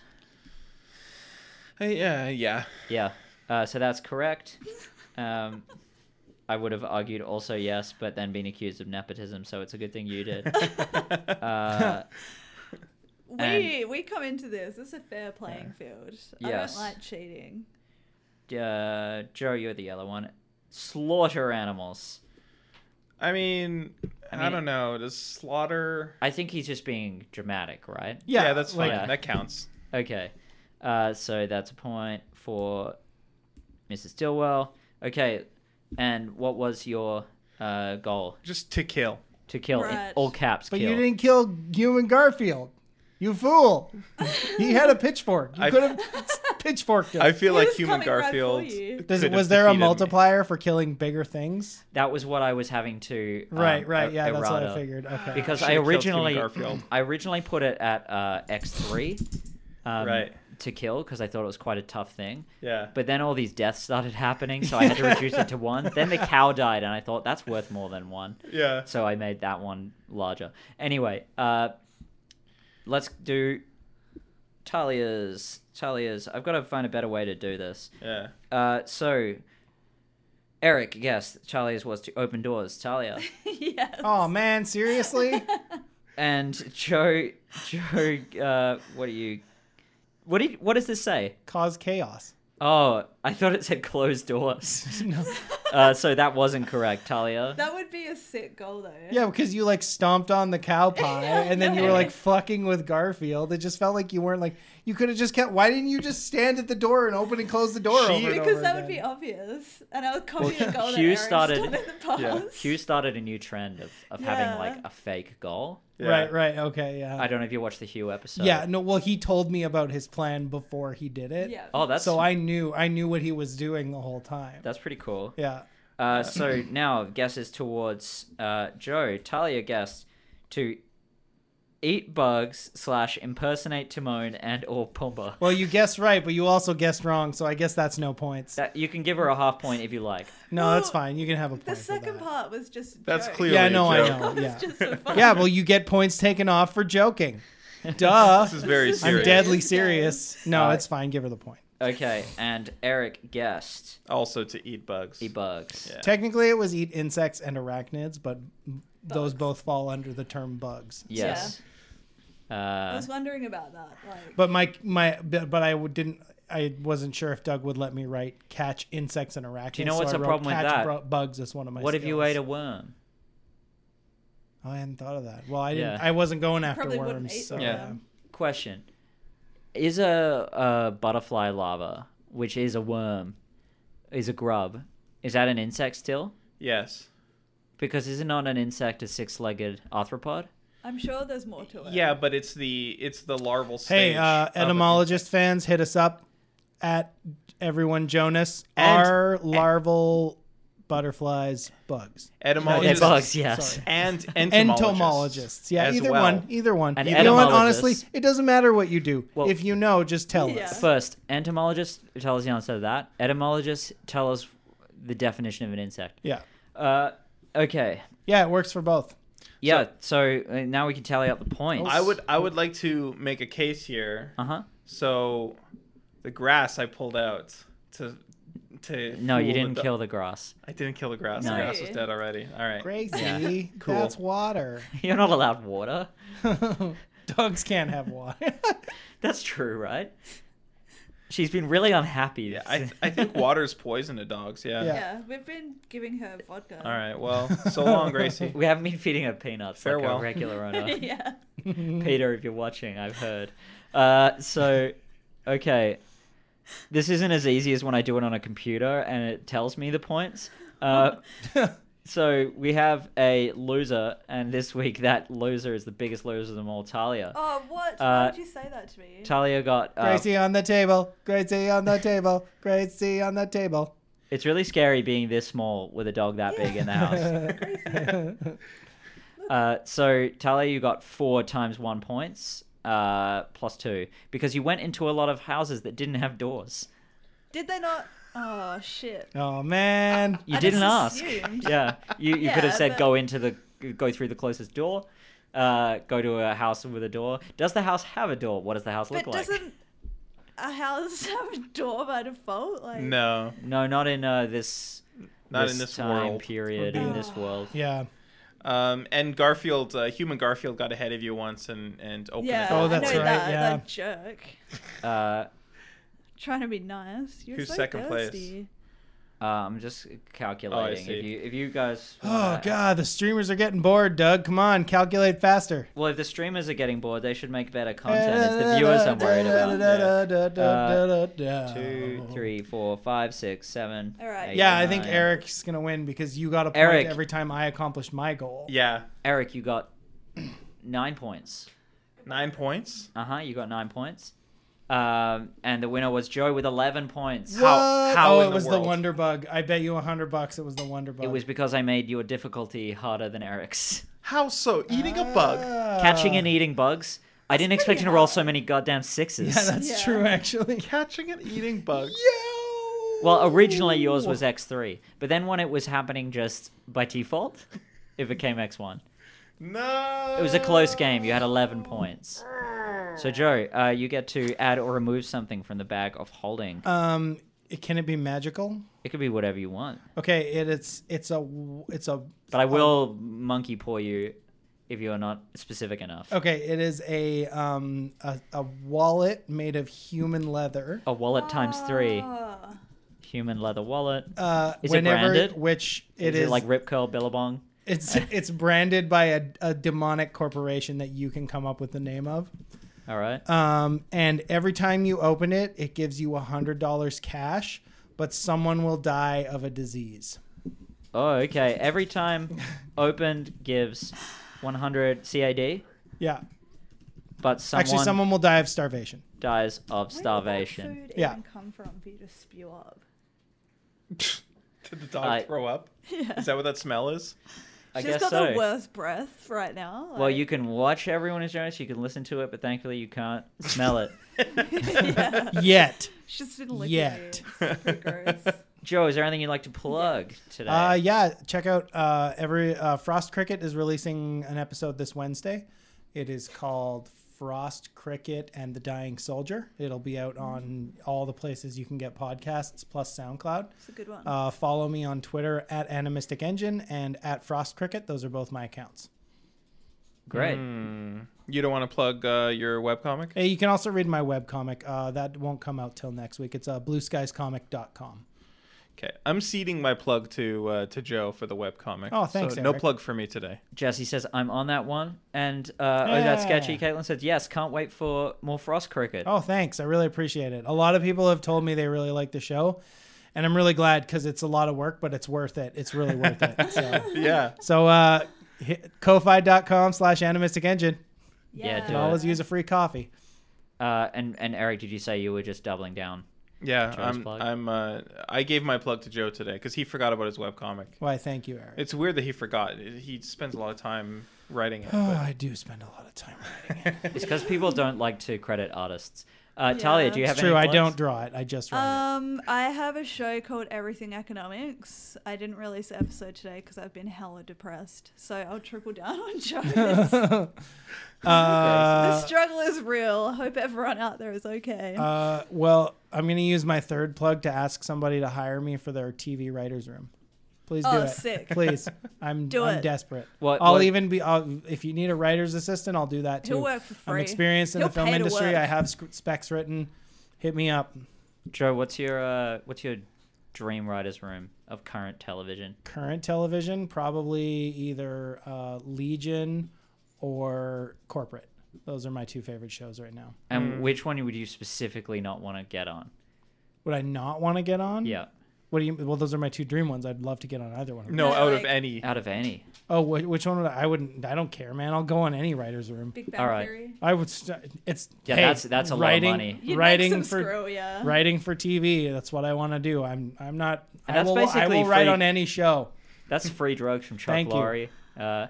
Speaker 2: Hey, yeah. Yeah.
Speaker 1: Yeah. Uh, so that's correct. Um, I would have argued also yes, but then been accused of nepotism, so it's a good thing you did. Uh,
Speaker 3: We we come into this. This is a fair playing field. I
Speaker 1: Yes.
Speaker 3: don't like cheating.
Speaker 1: uh, Joe, you're the yellow one. Slaughter animals.
Speaker 2: I mean, I,
Speaker 1: mean-
Speaker 2: don't know. Does slaughter?
Speaker 1: I think he's just being dramatic, right?
Speaker 4: yeah,
Speaker 2: that's fine.
Speaker 4: like,
Speaker 1: Yeah.
Speaker 2: That counts.
Speaker 1: Okay. Uh, so that's a point for Mrs. Stillwell. Okay. And what was your uh, goal?
Speaker 2: Just to kill.
Speaker 1: To kill in
Speaker 3: Right.
Speaker 1: all caps.
Speaker 4: But
Speaker 1: kill.
Speaker 4: you didn't kill human Garfield. You fool. he had a pitchfork. You
Speaker 2: I-
Speaker 4: could have pitchforked him.
Speaker 2: I feel
Speaker 3: He
Speaker 2: like
Speaker 3: was
Speaker 2: human
Speaker 3: coming right for
Speaker 2: Garfield.
Speaker 3: you.
Speaker 4: Does-
Speaker 2: could have
Speaker 4: was there a
Speaker 2: defeated me.
Speaker 4: multiplier for killing bigger things?
Speaker 1: That was what I was having to. um,
Speaker 4: Right, right.
Speaker 1: er-
Speaker 4: Yeah, that's what I
Speaker 1: errata.
Speaker 4: figured. Okay.
Speaker 1: because
Speaker 2: Should've
Speaker 1: I
Speaker 2: killed Human
Speaker 1: originally
Speaker 2: Garfield.
Speaker 1: I originally put it at uh, X three, um,
Speaker 2: Right.
Speaker 1: to kill because I thought it was quite a tough thing.
Speaker 2: Yeah.
Speaker 1: But then all these deaths started happening, so I had to reduce it to one. Then the cow died, and I thought that's worth more than one,
Speaker 2: yeah.
Speaker 1: so I made that one larger. Anyway, uh, let's do Talia's. Talia's. I've got to find a better way to do this.
Speaker 2: Yeah.
Speaker 1: Uh, so. Eric, yes, Talia's was to open doors. Talia.
Speaker 3: yes.
Speaker 4: Oh man, seriously?
Speaker 1: And Joe, Joe, uh, what do you? What did? What does this say?
Speaker 4: Cause chaos.
Speaker 1: Oh, I thought it said closed doors.
Speaker 4: No.
Speaker 1: Uh, so that wasn't correct, Talia.
Speaker 3: That would be a sick goal though.
Speaker 4: Yeah, because you like stomped on the cow pie and then you were like fucking with Garfield. It just felt like you weren't like you could have just kept why didn't you just stand at the door and open and close the door
Speaker 2: She-
Speaker 4: over and
Speaker 3: Because
Speaker 4: over
Speaker 3: that would
Speaker 4: again?
Speaker 3: be obvious, and I would copy a goal that
Speaker 1: Hugh
Speaker 3: Aaron
Speaker 1: started-
Speaker 3: started in the past.
Speaker 2: yeah,
Speaker 1: Hugh started a new trend of, of having
Speaker 3: Yeah.
Speaker 1: like a fake goal.
Speaker 2: Yeah.
Speaker 4: Right, right, okay, yeah.
Speaker 1: I don't know if you watched the Hugh episode.
Speaker 4: Yeah, no. Well, he told me about his plan before he did it.
Speaker 3: Yeah.
Speaker 1: Oh, that's
Speaker 4: So I knew I knew what he was doing the whole time.
Speaker 1: that's pretty cool.
Speaker 4: yeah.
Speaker 1: Uh, so now guesses towards uh, Joe. Talia guessed to eat bugs slash impersonate Timon and or Pumbaa.
Speaker 4: Well, you guessed right, but you also guessed wrong. So I guess that's no points.
Speaker 1: That you can give her a half point if you like.
Speaker 4: no, that's
Speaker 3: Well,
Speaker 4: fine. You can have a point.
Speaker 3: The
Speaker 4: for
Speaker 3: second
Speaker 4: that.
Speaker 3: part was just.
Speaker 2: That's
Speaker 3: joke.
Speaker 2: clearly
Speaker 4: Yeah,
Speaker 2: a
Speaker 4: no, I
Speaker 2: joke.
Speaker 4: know. Yeah.
Speaker 3: It's just for fun.
Speaker 4: yeah. Well, you get points taken off for joking. Duh.
Speaker 2: This is very
Speaker 3: is-
Speaker 4: I'm
Speaker 2: serious.
Speaker 4: deadly
Speaker 3: Yeah.
Speaker 4: serious. No,
Speaker 1: Uh,
Speaker 4: it's fine. Give her the point.
Speaker 1: Okay, and Eric guessed
Speaker 2: Also to eat bugs.
Speaker 1: the bugs.
Speaker 2: Yeah.
Speaker 4: Technically, it was eat insects and arachnids, but those
Speaker 3: Bugs.
Speaker 4: both fall under the term bugs.
Speaker 1: Yes.
Speaker 3: I
Speaker 1: Uh,
Speaker 3: was wondering about that. Like,
Speaker 4: But my my but I would- didn't. I wasn't sure if Doug would let me write catch insects and arachnids.
Speaker 1: Do you know what's
Speaker 4: so I
Speaker 1: the
Speaker 4: wrote
Speaker 1: problem with
Speaker 4: catch
Speaker 1: that?
Speaker 4: bro- bugs is one of my.
Speaker 1: what if you
Speaker 4: skills.
Speaker 1: ate a worm?
Speaker 4: Oh, I hadn't thought of that. Well, I didn't.
Speaker 1: Yeah.
Speaker 4: I wasn't going after
Speaker 3: Probably wouldn't
Speaker 4: worms.
Speaker 3: eat
Speaker 4: So,
Speaker 3: them.
Speaker 2: Yeah.
Speaker 4: um,
Speaker 1: Question. is a, a butterfly larva, which is a worm, is a grub. Is that an insect still?
Speaker 2: Yes.
Speaker 1: Because isn't not an insect a six-legged arthropod?
Speaker 3: I'm sure there's more to it.
Speaker 2: Yeah, but it's the it's the larval stage.
Speaker 4: Hey, uh,
Speaker 2: of it.
Speaker 4: etymologist fans, hit us up at everyone Jonas.
Speaker 2: And-
Speaker 4: Are larval butterflies bugs?
Speaker 1: They're
Speaker 2: Etymologist
Speaker 1: bugs, yes.
Speaker 4: Sorry.
Speaker 2: and entomologists.
Speaker 4: Entomologists. Yeah,
Speaker 2: as
Speaker 4: either
Speaker 2: well.
Speaker 4: one. Either one.
Speaker 1: An
Speaker 4: you know what?
Speaker 1: etymologist.
Speaker 4: Honestly, it doesn't matter what you do.
Speaker 1: Well-
Speaker 4: if you know, just tell
Speaker 3: Yeah.
Speaker 4: us.
Speaker 1: First, entomologists tell us the answer to that. Etymologists tell us the definition of an insect.
Speaker 4: Yeah.
Speaker 1: Uh, okay.
Speaker 4: Yeah, it works for both.
Speaker 1: Yeah. So, uh, now we can tally up the points.
Speaker 2: I would I would like to make a case here.
Speaker 1: Uh huh.
Speaker 2: So, the grass I pulled out to to.
Speaker 1: No,
Speaker 2: fool
Speaker 1: you
Speaker 2: the
Speaker 1: didn't
Speaker 2: du-
Speaker 1: kill the grass.
Speaker 2: I didn't kill the grass.
Speaker 3: No.
Speaker 2: The grass was dead already. All right.
Speaker 4: Crazy.
Speaker 2: Cool.
Speaker 4: That's water.
Speaker 1: You're not allowed water.
Speaker 4: Dogs can't have water.
Speaker 1: That's true, right? She's been really unhappy.
Speaker 2: Yeah, I I think water's poison to dogs. Yeah.
Speaker 4: Yeah.
Speaker 3: Yeah, we've been giving her vodka.
Speaker 2: All right. Well, so long, Gracie.
Speaker 1: we haven't been feeding her peanuts like
Speaker 2: Farewell.
Speaker 1: a regular owner.
Speaker 3: yeah.
Speaker 1: Peter, if you're watching, I've heard. Uh, so, okay. This isn't as easy as when I do it on a computer and it tells me the points. Uh, so, we have a loser, and this week that loser is the biggest loser of them all, Talia.
Speaker 3: Oh, what?
Speaker 1: Uh,
Speaker 3: Why would you say that to me?
Speaker 1: Talia got. Uh,
Speaker 4: Gracie on the table. Gracie on the table. Gracie on the table.
Speaker 1: It's really scary being this small with a dog that big in the house. Uh, so, Talia, you got four times one points, uh, plus two, because you went into a lot of houses that didn't have doors.
Speaker 3: Did they not? Oh shit.
Speaker 4: oh man.
Speaker 1: You
Speaker 3: I just
Speaker 1: didn't ask.
Speaker 3: assumed.
Speaker 1: Yeah, you, you could have
Speaker 3: Yeah,
Speaker 1: said
Speaker 3: but-
Speaker 1: go into the go through the closest door, uh, go to a house with a door. Does the house have a door? What does the house
Speaker 3: But
Speaker 1: look like?
Speaker 3: doesn't a house have a door by default? Like,
Speaker 2: No,
Speaker 1: No, not in uh, this.
Speaker 2: not in this
Speaker 1: time
Speaker 2: world.
Speaker 1: period in this world.
Speaker 4: Yeah.
Speaker 2: Um, and Garfield, uh, human Garfield, got ahead of you once and and opened.
Speaker 3: Yeah.
Speaker 2: It up.
Speaker 4: Oh,
Speaker 3: I
Speaker 4: that's
Speaker 3: know
Speaker 4: right,
Speaker 3: That,
Speaker 4: yeah.
Speaker 3: that jerk.
Speaker 1: Uh,
Speaker 3: Trying to be nice. You're
Speaker 2: Who's
Speaker 3: so
Speaker 2: second place?
Speaker 3: thirsty.
Speaker 1: uh, I'm just calculating.
Speaker 2: see.
Speaker 1: if you if you guys.
Speaker 4: Oh
Speaker 1: wanna-
Speaker 4: god, the streamers are getting bored. Doug, come on, calculate faster.
Speaker 1: Well, if the streamers are getting bored, they should make better content. It's the viewers I'm worried about. Uh, Two, three, four, five, six, seven.
Speaker 3: All right.
Speaker 1: eight,
Speaker 4: Yeah, I think
Speaker 1: nine.
Speaker 4: Eric's gonna win because you got a point
Speaker 1: Eric.
Speaker 4: every time I accomplished my goal.
Speaker 2: Yeah,
Speaker 1: Eric, you got nine points.
Speaker 2: nine points.
Speaker 1: Uh huh. You got nine points. Um, and the winner was Joe with eleven points.
Speaker 2: How- how
Speaker 4: oh,
Speaker 2: in
Speaker 4: it
Speaker 2: the
Speaker 4: was the,
Speaker 2: world?
Speaker 4: Wonder Bug. I bet you a hundred bucks it was the Wonder Bug.
Speaker 1: It was because I made your difficulty harder than Eric's.
Speaker 2: How so? Eating a bug.
Speaker 4: Ah. Uh,
Speaker 1: Catching and eating bugs. I didn't expect him to roll so many goddamn sixes.
Speaker 4: Yeah, that's
Speaker 3: Yeah.
Speaker 4: true actually.
Speaker 2: Catching and eating bugs.
Speaker 1: well, originally yours was X three, but then when it was happening just by default, it became X one.
Speaker 2: No.
Speaker 1: It was a close game. You had eleven points. So Joe, uh, you get to add or remove something from the bag of holding.
Speaker 4: Um it- can it be magical?
Speaker 1: it could be whatever you want.
Speaker 4: Okay, it, it's it's a it's a
Speaker 1: But I will monkey paw you if you are not specific enough.
Speaker 4: Okay, it is a um a, a wallet made of human leather.
Speaker 1: A wallet times three.
Speaker 3: Ah,
Speaker 1: Human leather wallet.
Speaker 4: Uh,
Speaker 1: Is it
Speaker 4: whenever,
Speaker 1: branded?
Speaker 4: Which
Speaker 1: Is it
Speaker 4: it is,
Speaker 1: like Rip Curl Billabong?
Speaker 4: it's it's branded by a, a demonic corporation that you can come up with the name of.
Speaker 1: All right.
Speaker 4: Um, and every time you open it, it gives you a hundred dollars cash, but someone will die of a disease.
Speaker 1: oh, okay. Every time opened gives 100 CAD,
Speaker 4: Yeah,
Speaker 1: but someone,
Speaker 4: actually, someone will die of starvation.
Speaker 1: dies of
Speaker 3: where Did
Speaker 1: starvation.
Speaker 3: that food
Speaker 4: Yeah.
Speaker 3: even come from for you to spew up?
Speaker 2: Did the dog
Speaker 1: I-
Speaker 2: throw up?
Speaker 3: Yeah.
Speaker 2: Is that what that smell is?
Speaker 1: I
Speaker 3: She's
Speaker 1: guess
Speaker 3: got
Speaker 1: so.
Speaker 3: the worst breath right now.
Speaker 1: well,
Speaker 3: like-
Speaker 1: you can watch everyone is Jonas, you can listen to it, but thankfully you can't smell it.
Speaker 3: yeah.
Speaker 4: Yet,
Speaker 3: She's been looking at
Speaker 4: Yet.
Speaker 3: you. It's pretty gross.
Speaker 1: Joe, is there anything you'd like to plug today?
Speaker 4: uh, yeah, check out uh, every uh, Frost Cricket is releasing an episode this Wednesday. It is called Frost Cricket and the Dying Soldier. It'll be out on all the places you can get podcasts plus SoundCloud.
Speaker 3: It's a good one.
Speaker 4: Uh, follow me on Twitter at Animistic Engine and at Frost Cricket. Those are both my accounts.
Speaker 1: Great.
Speaker 2: You don't want to plug uh, your webcomic?
Speaker 4: Hey, you can also read my webcomic. Uh, that won't come out till next week. It's uh, blueskiescomic.com.
Speaker 2: Okay, I'm ceding my plug to uh, to Joe for the webcomic.
Speaker 4: Oh, thanks,
Speaker 2: So no
Speaker 4: Eric.
Speaker 2: plug for me today.
Speaker 1: Jesse says, I'm on that one. And uh, oh, that's sketchy.
Speaker 4: Yeah.
Speaker 1: Caitlin said, yes, can't wait for more Frost Cricket.
Speaker 4: Oh, thanks. I really appreciate it. A lot of people have told me they really like the show, and I'm really glad because it's a lot of work, but it's worth it. It's really worth it. So,
Speaker 2: Yeah.
Speaker 4: so uh, hit ko-fi.com slash animistic engine.
Speaker 1: Yeah,
Speaker 4: Can
Speaker 1: do it.
Speaker 4: always use a free coffee.
Speaker 1: Uh, and, and Eric, did you say you were just doubling down?
Speaker 2: Yeah,
Speaker 1: Joe's
Speaker 2: I'm.
Speaker 1: plug.
Speaker 2: I'm. Uh, I gave my plug to Joe today because he forgot about his webcomic.
Speaker 4: Why, thank you, Eric.
Speaker 2: It's weird that he forgot. He spends a lot of time writing it.
Speaker 4: Oh,
Speaker 2: But
Speaker 4: I do spend a lot of time writing.
Speaker 1: It's because people don't like to credit artists. Uh, Talia,
Speaker 3: Yeah.
Speaker 1: do you have
Speaker 4: It's true.
Speaker 1: any
Speaker 4: I
Speaker 1: plugs?
Speaker 4: don't draw it. I just write
Speaker 3: Um, I have a show called Everything Economics. I didn't release an episode today because I've been hella depressed. So I'll triple down on Jonas.
Speaker 4: it.
Speaker 1: Um,
Speaker 4: Uh,
Speaker 3: the struggle is real. I hope everyone out there is okay.
Speaker 4: Uh, well, I'm going to use my third plug to ask somebody to hire me for their TV writers room. Please do
Speaker 3: Oh,
Speaker 4: it.
Speaker 3: sick.
Speaker 4: Please, I'm
Speaker 3: Do
Speaker 4: I'm
Speaker 3: it.
Speaker 4: desperate.
Speaker 1: What-
Speaker 4: I'll
Speaker 1: what-
Speaker 4: even be. I'll, if you need a writer's assistant, I'll do that too.
Speaker 3: He'll work for
Speaker 4: I'm
Speaker 3: free.
Speaker 4: experienced in
Speaker 3: He'll
Speaker 4: the film
Speaker 3: pay to
Speaker 4: industry.
Speaker 3: work.
Speaker 4: I have sc- specs written. Hit me up.
Speaker 1: Joe, what's your uh, what's your dream writers room of current television?
Speaker 4: Current television, probably either uh, Legion or Corporate. Those are my two favorite shows right now.
Speaker 1: And which one would you specifically not want to get on?
Speaker 4: Would I not want to get on?
Speaker 1: Yeah,
Speaker 4: What do you? Well, those are my two dream ones. I'd love to get on either one. of them.
Speaker 2: no,
Speaker 3: No,
Speaker 2: out of
Speaker 3: like-
Speaker 2: any.
Speaker 1: out of any.
Speaker 4: Oh, wh- which one would I? I wouldn't. I don't care, man. I'll go on any writer's room.
Speaker 3: Big Bang
Speaker 1: all right.
Speaker 3: Theory.
Speaker 4: I would. St- it's
Speaker 1: Yeah,
Speaker 4: hey,
Speaker 1: that's- that's a lot of
Speaker 4: writing,
Speaker 1: money. You'd
Speaker 3: You'd
Speaker 4: writing
Speaker 3: make some
Speaker 4: for
Speaker 3: screw, yeah.
Speaker 4: writing for TV. That's what I want to do. I'm. I'm not.
Speaker 1: And
Speaker 4: I
Speaker 1: that's
Speaker 4: will. I
Speaker 1: basically
Speaker 4: will write
Speaker 1: free-
Speaker 4: on any show.
Speaker 1: That's free drugs from Chuck
Speaker 4: Thank you.
Speaker 1: Lorre. Uh,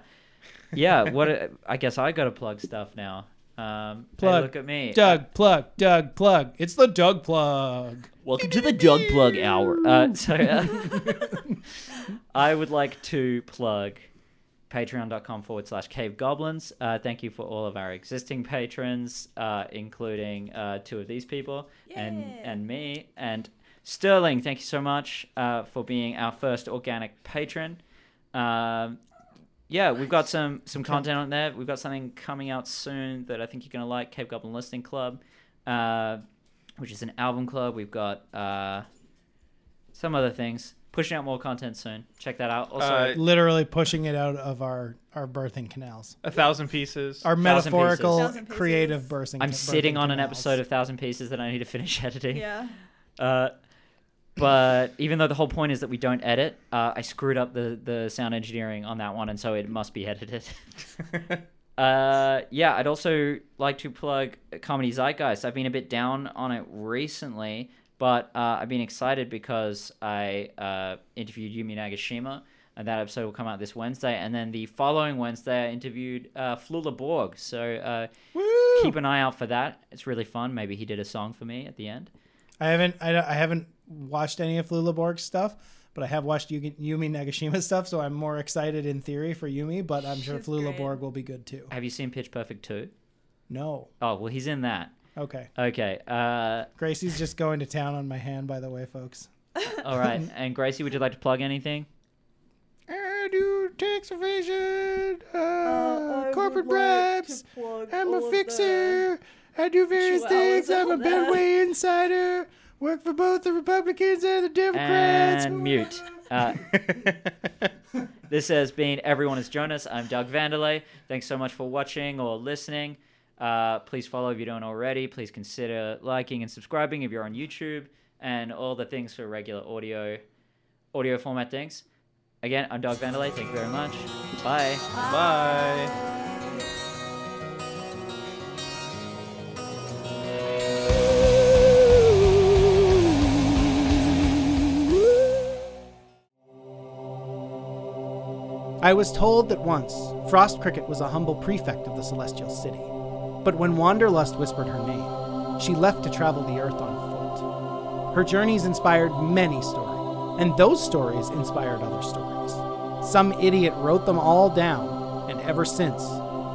Speaker 1: yeah, what? A, I guess I got to plug stuff now. Um, hey,
Speaker 4: Plug.
Speaker 1: look at me.
Speaker 4: Doug plug. Doug plug. It's the Doug plug.
Speaker 1: Welcome to the Doug Plug Hour. Uh, so, uh, I would like to plug patreon.com forward slash cave goblins. Uh, thank you for all of our existing patrons, uh, including uh, two of these people and,
Speaker 3: Yay.
Speaker 1: and me. And Sterling, thank you so much uh, for being our first organic patron. Um, yeah, we've got some some content on there. We've got something coming out soon that I think you're gonna like, Cave Goblin Listening Club, uh, which is an album club. We've got uh, some other things. Pushing out more content soon. Check that out. Also,
Speaker 2: Uh,
Speaker 4: Literally pushing it out of our our birthing canals.
Speaker 2: A thousand pieces.
Speaker 4: Our metaphorical
Speaker 1: pieces.
Speaker 3: Thousand pieces.
Speaker 4: creative birthing.
Speaker 1: I'm
Speaker 4: birthing
Speaker 1: sitting on an
Speaker 4: canals.
Speaker 1: episode of Thousand Pieces that I need to finish editing.
Speaker 3: Yeah.
Speaker 1: Uh, but even though the whole point is that we don't edit, uh, I screwed up the, the sound engineering on that one, and so it must be edited. uh, yeah, I'd also like to plug Comedy Zeitgeist. I've been a bit down on it recently, but uh, I've been excited because I uh, interviewed Yumi Nagashima, and that episode will come out this Wednesday. And then the following Wednesday, I interviewed uh, Flula Borg. So uh, keep an eye out for that. It's really fun. Maybe he did a song for me at the end.
Speaker 4: I haven't I, don't- I haven't watched any of Lula Borg's stuff, but I have watched Yugi, Yumi Nagashima's stuff, so I'm more excited in theory for Yumi. But I'm sure
Speaker 3: She's
Speaker 4: Flula
Speaker 3: great.
Speaker 4: Borg will be good too.
Speaker 1: Have you seen Pitch Perfect 2?
Speaker 4: No,
Speaker 1: Oh, well, he's in that.
Speaker 4: okay.
Speaker 1: Okay. Uh,
Speaker 4: Gracie's just going to town on my hand, by the way, folks.
Speaker 1: all right. And Gracie, would you like to plug anything?
Speaker 4: I do tax evasion, uh,
Speaker 3: corporate would like to bribes. plug I'm a all of fixer.
Speaker 4: I do various
Speaker 3: Sure, I was things. I'm a on that. Bedway
Speaker 4: insider. Work for both the Republicans and the Democrats.
Speaker 1: And mute. Uh, this has been Everyone is Jonas. I'm Doug Vanderlei. Thanks so much for watching or listening. Uh, please follow if you don't already. Please consider liking and subscribing if you're on YouTube and all the things for regular audio audio format things. Again, I'm Doug Vanderlei. Thank you very much. Bye.
Speaker 2: Bye.
Speaker 4: I was told that once Frost Cricket was a humble prefect of the Celestial City, but when Wanderlust whispered her name, she left to travel the earth on foot. Her journeys inspired many stories, and those stories inspired other stories. Some idiot wrote them all down, and ever since,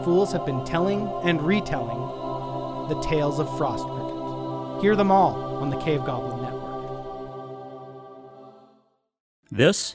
Speaker 4: fools have been telling and retelling the tales of Frost Cricket. Hear them all on the Cave Goblin Network.
Speaker 6: This